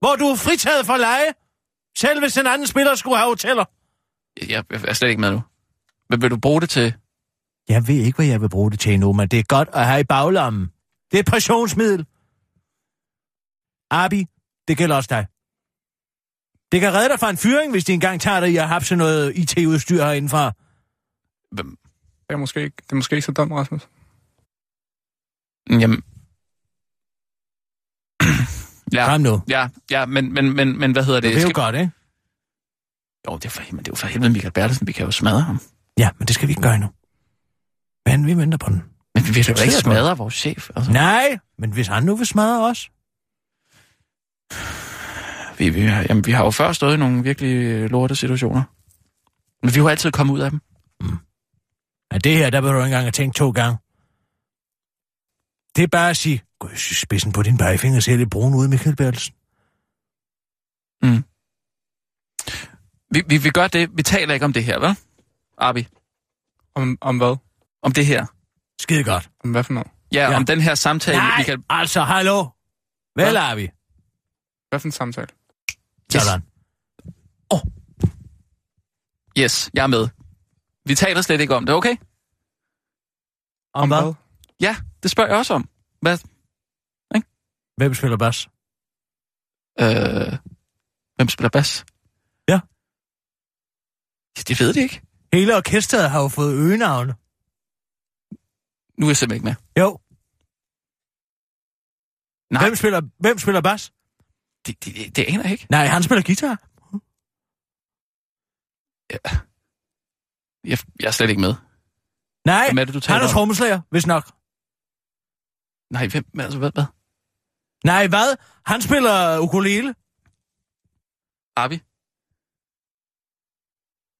Hvor du er fritaget for leje, selv hvis en anden spiller skulle have hoteller.
Jeg, jeg er slet ikke med nu. Hvad vil du bruge det til?
Jeg ved ikke, hvad jeg vil bruge det til endnu, men det er godt at have i baglommen. Det er et pressionsmiddel. Abi, det gælder også dig. Det kan redde dig fra en fyring, hvis de engang tager dig i at hapse noget IT-udstyr herindefra.
Hvem?
Det er måske ikke, det er måske ikke så dumt, Rasmus.
Jamen... ja.
Kom nu.
Ja, ja, men, men, men, men hvad hedder det?
Det er jo
Skal-
godt, ikke?
Jo, det er, for, men det er jo for helvede Michael Bertelsen, vi kan jo smadre ham.
Ja, men det skal vi ikke gøre endnu. Men vi venter på den.
Men vi vil jo ikke
Irriterer mig.
smadre vores chef. Altså,
Nej, men hvis han nu vil smadre os.
vi, vi, har- jamen, vi har jo før stået i nogle virkelig øh, lorte situationer. Men vi har jo altid kommet ud af dem.
Ja, det her, der behøver du ikke engang at tænke to gange. Det er bare at sige, gå i spidsen på din pegefinger ser lidt brun ud, Michael Bertelsen.
Vi, vi, vi gør det. Vi taler ikke om det her, vel? Arbi,
Om, om hvad?
om det her.
Skide godt.
Om hvad for noget?
Ja, ja.
Ja.
om den her samtale,
Nej,
Michael.
altså, hallo. Vel,
Hvad?
er vi?
Hvad for en samtale?
Yes.
Sådan.
Yes, jeg er med. Vi taler slet ikke om det, okay?
Om hvad?
Ja, det spørger jeg også om. Hvad?
Hvem spiller bas?
Øh, hvem spiller bas?
Ja.
Det ved det ikke.
Hele orkestret har jo fået øgenavne.
Nu er jeg simpelthen ikke med.
Jo.
Nej.
Hvem spiller, hvem spiller bas?
Det, det, det, det aner jeg ikke.
Nej, han spiller guitar.
Jeg, jeg er slet ikke med.
Nej,
Hvem er det, du
han
taler
er
om?
trommeslager, hvis nok.
Nej, hvem? Altså, hvad? hvad?
Nej, hvad? Han spiller ukulele.
Arbi?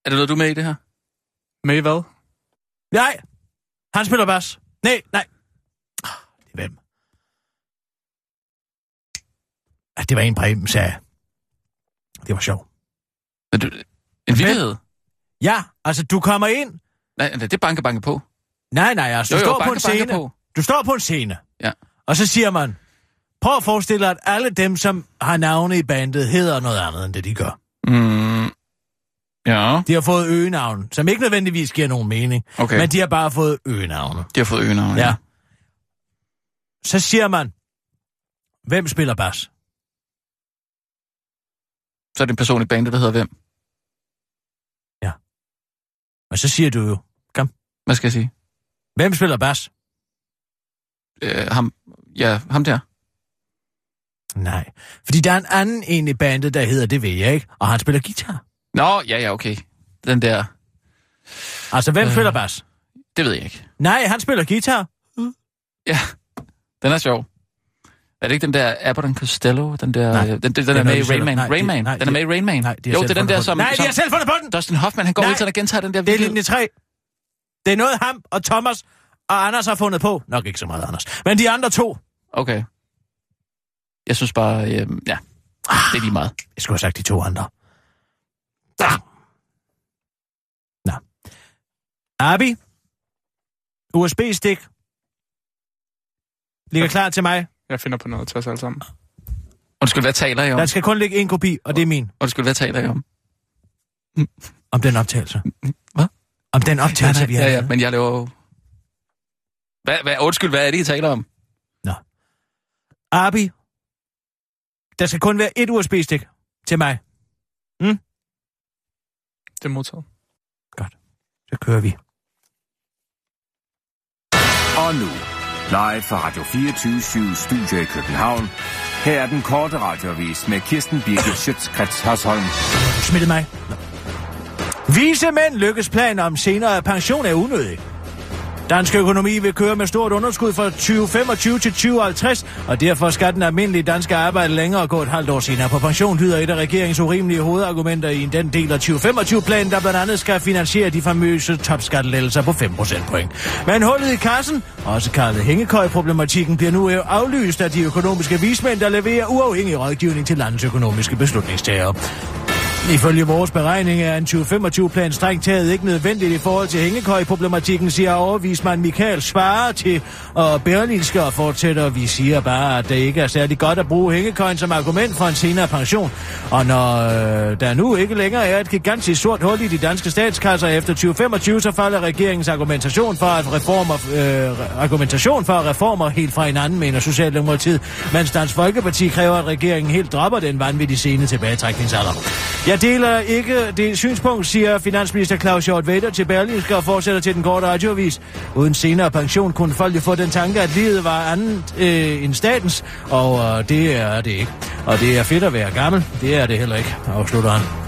Er det noget, du er med i det her?
Med i hvad?
Nej, han spiller bas. Nej, nej. Det er hvem? Ah, det var en Preben sagde. Det var sjovt.
Er du, en vildhed?
Ja, altså du kommer ind.
Nej, nej, det banker banke på.
Nej, nej, altså du
Jo, jo,
står på
banke,
en
banke
scene.
på.
Du står på en scene.
Ja.
Og så siger man, prøv at forestille dig, at alle dem, som har navne i bandet, hedder noget andet, end det de gør.
Mm, ja,
De har fået øgenavn, som ikke nødvendigvis giver nogen mening,
okay.
men
Men de,
de har bare fået øgenavne.
de har fået øgenavn.
Ja. Så siger man, hvem spiller bas?
Så er det en person i bandet, der hedder hvem?
Og så siger du jo,
Hvad skal jeg sige?
hvem spiller bas?
Øh, ham, ja, ham der.
Nej, fordi der er en anden en i bandet, der hedder, det ved jeg ikke, og han spiller guitar.
Nå, ja, ja, okay. Den der,
Altså, hvem
Øh.
øh. spiller bas?
det ved jeg ikke.
Nej, han spiller guitar.
Ja, den er sjov. Er det ikke den der Abbott and Costello? Den der,
Nej,
øh, den, den, den,
det
er
er
med i
noget, de
Rain
selv-
Man.
nej,
Rain
de-
Man.
nej,
Den er
de-
med i Rain Man.
Nej, de har
jo,
selv
det er den
fundet
der,
på den.
som...
Nej, de
som
har selv fundet på den!
Dustin Hoffman, han går
Nej.
ud til og gentager den der
Det er
vildhed.
linje 3. Det er noget, ham og Thomas og Anders har fundet på. Nok ikke så meget, Anders. Men de andre to.
Okay. Jeg synes bare, øh, ja, det er lige meget.
Jeg skulle have sagt de to andre. Ah. Nå. Abi. USB-stik. Ligger klar til mig.
Jeg finder på noget til os alle sammen.
Undskyld, hvad taler jeg om?
Der skal kun ligge en kopi, og det er min.
Undskyld, hvad taler jeg om?
Om den optagelse.
Mm, Hvad?
Om den optagelse, vi har.
ja, ja,
lavet.
men jeg laver jo... Hvad, hvad, undskyld, hvad er det, I taler om?
Abi, der skal kun være et USB-stik til mig.
Det er modtaget.
Så kører vi.
Og nu, live fra Radio 24 Studio i København. Her er den korte radiovis med Kirsten Birgit Schøtzgrads Hasholm.
Smittet mig. Nå. Vise mænd lykkes plan om senere pension er unødig. Dansk økonomi vil køre med stort underskud fra 2025 til 2050, og derfor skal den almindelige danske arbejde længere gå et halvt år senere på pension, lyder et af regeringens urimelige hovedargumenter i den del af 2025-planen, der blandt andet skal finansiere de famøse topskattelettelser på 5 procentpoint. Men hullet i kassen, også kaldet hængekøj-problematikken, bliver nu aflyst af de økonomiske vismænd, der leverer uafhængig rådgivning til landets økonomiske beslutningstagere. Ifølge vores beregning er en 2025-plan strengt taget ikke nødvendigt i forhold til hængekøj-problematikken, siger overvismand Michael Svare til og Berlinske og fortsætter. Vi siger bare, at det ikke er særlig godt at bruge hængekøjen som argument for en senere pension. Og når øh, der nu ikke længere er et gigantisk sort hul i de danske statskasser efter 2025, så falder regeringens argumentation for, at reformer, øh, argumentation for reformer helt fra hinanden, mener Socialdemokratiet, mens Dansk Folkeparti kræver, at regeringen helt dropper den vanvittige sene tilbagetrækningsalder. Jeg deler ikke det synspunkt, siger finansminister Claus Hjort Vedder til Berlingske og fortsætter til den korte radioavis. Uden senere pension kunne folk jo få den tanke, at livet var andet øh, end statens, og øh, det er det ikke. Og det er fedt at være gammel, det er det heller ikke, afslutter han.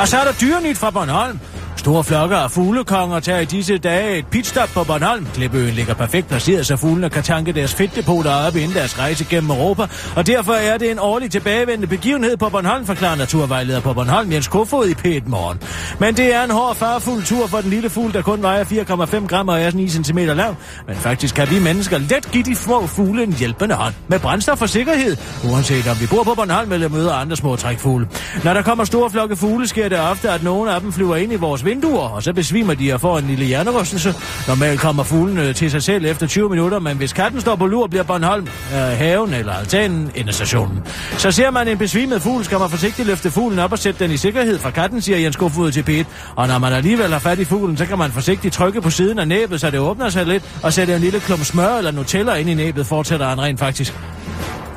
Og så er der dyrenyt fra Bornholm. Store flokker af fuglekonger tager i disse dage et pitstop på Bornholm. Klippeøen ligger perfekt placeret, så fuglene kan tanke deres fedtdepoter op inden deres rejse gennem Europa. Og derfor er det en årlig tilbagevendende begivenhed på Bornholm, forklarer naturvejleder på Bornholm Jens Kofod i p Morgen. Men det er en hård farfuld tur for den lille fugl, der kun vejer 4,5 gram og er sådan 9 cm lav. Men faktisk kan vi mennesker let give de små fugle en hjælpende hånd. Med brændstof og sikkerhed, uanset om vi bor på Bornholm eller møder andre små trækfugle. Når der kommer store flokke fugle, sker det ofte, at nogle af dem flyver ind i vores vinduer, og så besvimer de og får en lille hjernerystelse. Normalt kommer fuglene til sig selv efter 20 minutter, men hvis katten står på lur, bliver Bornholm, øh, haven eller altanen endestationen. Så ser man en besvimet fugl, skal man forsigtigt løfte fuglen op og sætte den i sikkerhed fra katten, siger Jens Kofod til Pet. Og når man alligevel har fat i fuglen, så kan man forsigtigt trykke på siden af næbet, så det åbner sig lidt, og sætte en lille klump smør eller Nutella ind i næbet, fortsætter han rent faktisk.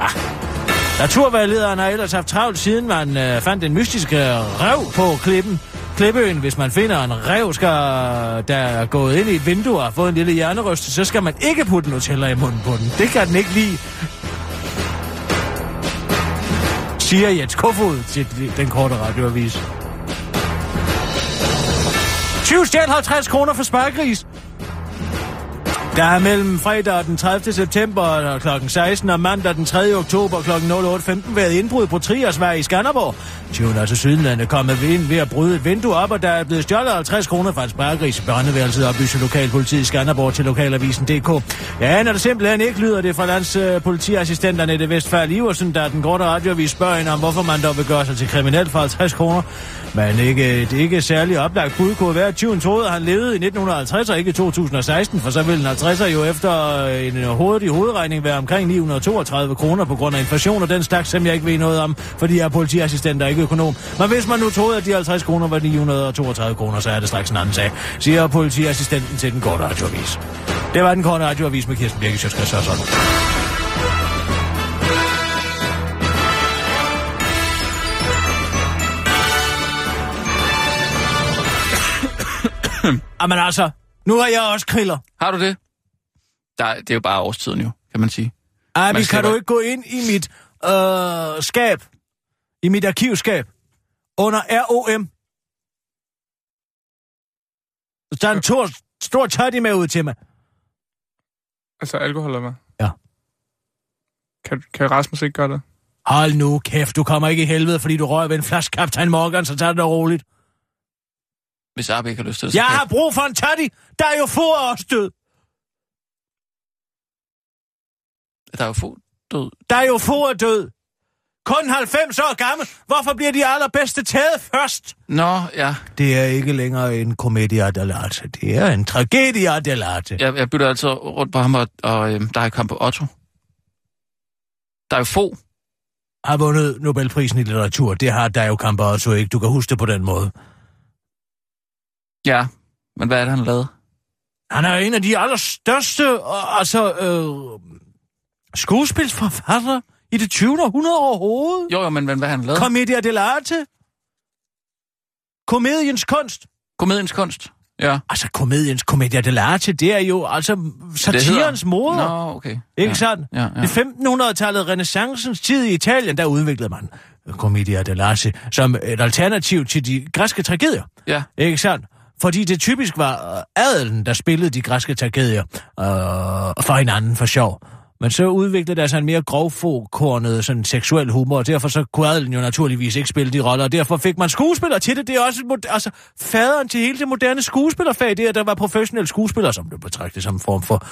Ah, Naturvejlederen har ellers haft travlt, siden man øh, fandt en mystisk øh, rev på klippen. Klippeøen, hvis man finder en rev, skal, der er gået ind i et vindue og har fået en lille hjernerystelse, så skal man ikke putte Nutella i munden på den. Det kan den ikke lide, siger Jens Kofod til den korte radioavis. 20 stjæl 50 kroner for sparkris. Der er mellem fredag den 30. september kl. 16 og mandag den 3. oktober kl. 08.15 været indbrud på Triersvej i Skanderborg. Tyven er til sydenlandet kommet ind ved at bryde et vindue op, og der er blevet stjålet 50 kroner fra en sparkris i børneværelset, oplyser lokalpolitiet i Skanderborg til lokalavisen.dk. Ja, når det simpelthen ikke lyder det fra landspolitiassistenterne i det Vestfald Iversen, der er den korte radioavis spørger hende om, hvorfor man dog vil gøre sig til kriminel for 50 kroner. Men ikke, et ikke særlig oplagt bud kunne være, at tyven troede, at han levede i 1950 og ikke i 2016, for så ville den 50'er jo efter øh, en hurtig hovedregning være omkring 932 kroner på grund af inflation og den slags, som jeg ikke ved noget om, fordi jeg er politiassistent og ikke økonom. Men hvis man nu troede, at de 50 kroner var 932 kroner, så er det straks en anden sag, siger politiassistenten til den korte radioavis. Det var den korte radioavis med Kirsten Birgit Sjøsker Sørsson. Jamen altså, nu har jeg også kriller.
Har du det? Der, det er jo bare årstiden jo, kan man sige.
Ej,
Man
men kan
slipper-
du ikke gå ind i mit øh, skab, i mit arkivskab, under ROM? Der er en tor, stor tøjt med ud til mig.
Altså alkohol eller hvad?
Ja.
Kan, kan Rasmus ikke gøre det?
Hold nu kæft, du kommer ikke i helvede, fordi du røg ved en flaske kaptajn Morgan, så tager det da roligt.
Hvis Arbe ikke har lyst til det, så
Jeg
kan
har brug for en tøjt, der er jo for os død.
jeg- der er jo få død.
Der er jo for død. Kun 90 år gammel. Hvorfor bliver de allerbedste taget først?
Nå, ja.
Det er ikke længere en komedie dell'arte. Det er en tragedie dell'arte.
Jeg, jeg bytter altid rundt på ham, og, og øhm, der er kamp på Otto. Der er jo få.
har vundet Nobelprisen i litteratur. Det har der jo kamper også ikke. Du kan huske det på den måde.
Ja, men hvad er det, han lavede?
Han er en af de allerstørste og, altså, øh, skuespilsforfatter i det 20. århundrede overhovedet.
Jo, jo, men, men hvad han lavede? Kom.
Commedia dell'arte. Komediens kunst.
Komediens kunst. Ja.
Altså, komediens commedia dell'arte, det er jo altså satirens moder.
Nå, okay.
Ikke
ja.
sandt?
Ja, ja.
I 1500-tallet, renaissancens tid i Italien, der udviklede man commedia dell'arte som et alternativ til de græske tragedier.
Ja.
Ikke sandt? fordi det typisk var øh, adelen, der spillede de græske tragedier øh, for hinanden for sjov. Men så udviklede der sig en mere grovforkornet sådan seksuel humor, og derfor så kunne adelen jo naturligvis ikke spille de roller, og derfor fik man skuespillere til det. Det er også et mod- altså, faderen til hele det moderne skuespillerfag, det er, at der var professionelle skuespillere, som blev betragtet som en form for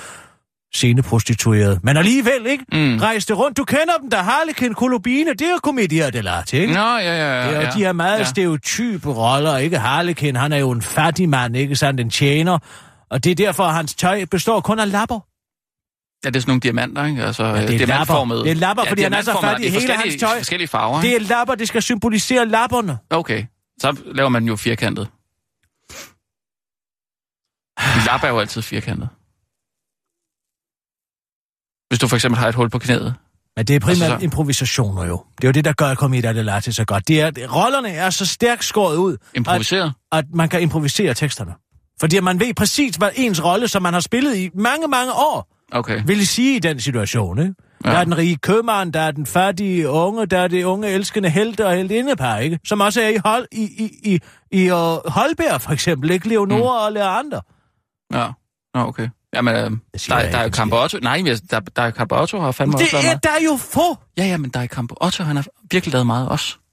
sceneprostitueret. Men alligevel, ikke? Mm. Rejste rundt. Du kender dem, der Harlekin, Kolobine, det er jo komedier, det lader til, ikke?
Nå, ja, ja, ja.
Det er,
ja.
jo- de har meget ja. stereotype roller, ikke? Harlekin, han er jo en fattig mand, ikke sandt? En tjener. Og det er derfor, at hans tøj består kun af lapper.
Ja, det er sådan nogle diamanter, ikke? Altså, ja,
det er lapper. Det er lapper, fordi han er så fattig i hele hans tøj.
forskellige farver,
Det
ikke?
er lapper, det skal symbolisere lapperne.
Okay, så laver man den jo firkantet. En lap er jo altid firkantet. Hvis du for eksempel har et hul på knæet.
Men det er primært
Altså,
altså,
så-
improvisationer jo. Det er jo det, der gør komedier, det lader til så godt. Det er, at rollerne er så stærkt skåret ud, at,
Improviseret.
at man kan improvisere teksterne. Fordi man ved præcis, hvad ens rolle, som man har spillet i mange, mange år,
Okay.
vil sige i den situation, ikke? Ja. Der er den rige købmand, der er den fattige unge, der er det unge elskende helte og heltindepar, ikke? Som også er i, Hol- i, i, i, i uh, Holberg, for eksempel, ikke? Leonora mm. og Leander.
Ja. Nå, okay. Jamen, øh, der,
jeg
er-
ikke,
der, er jo
det
Campo Otto. Nej, men der, der er Campo Otto har fandme også
Det
lavet
er
meget.
der er jo få!
Ja, ja, men der er Campo Otto. Han har virkelig lavet meget også.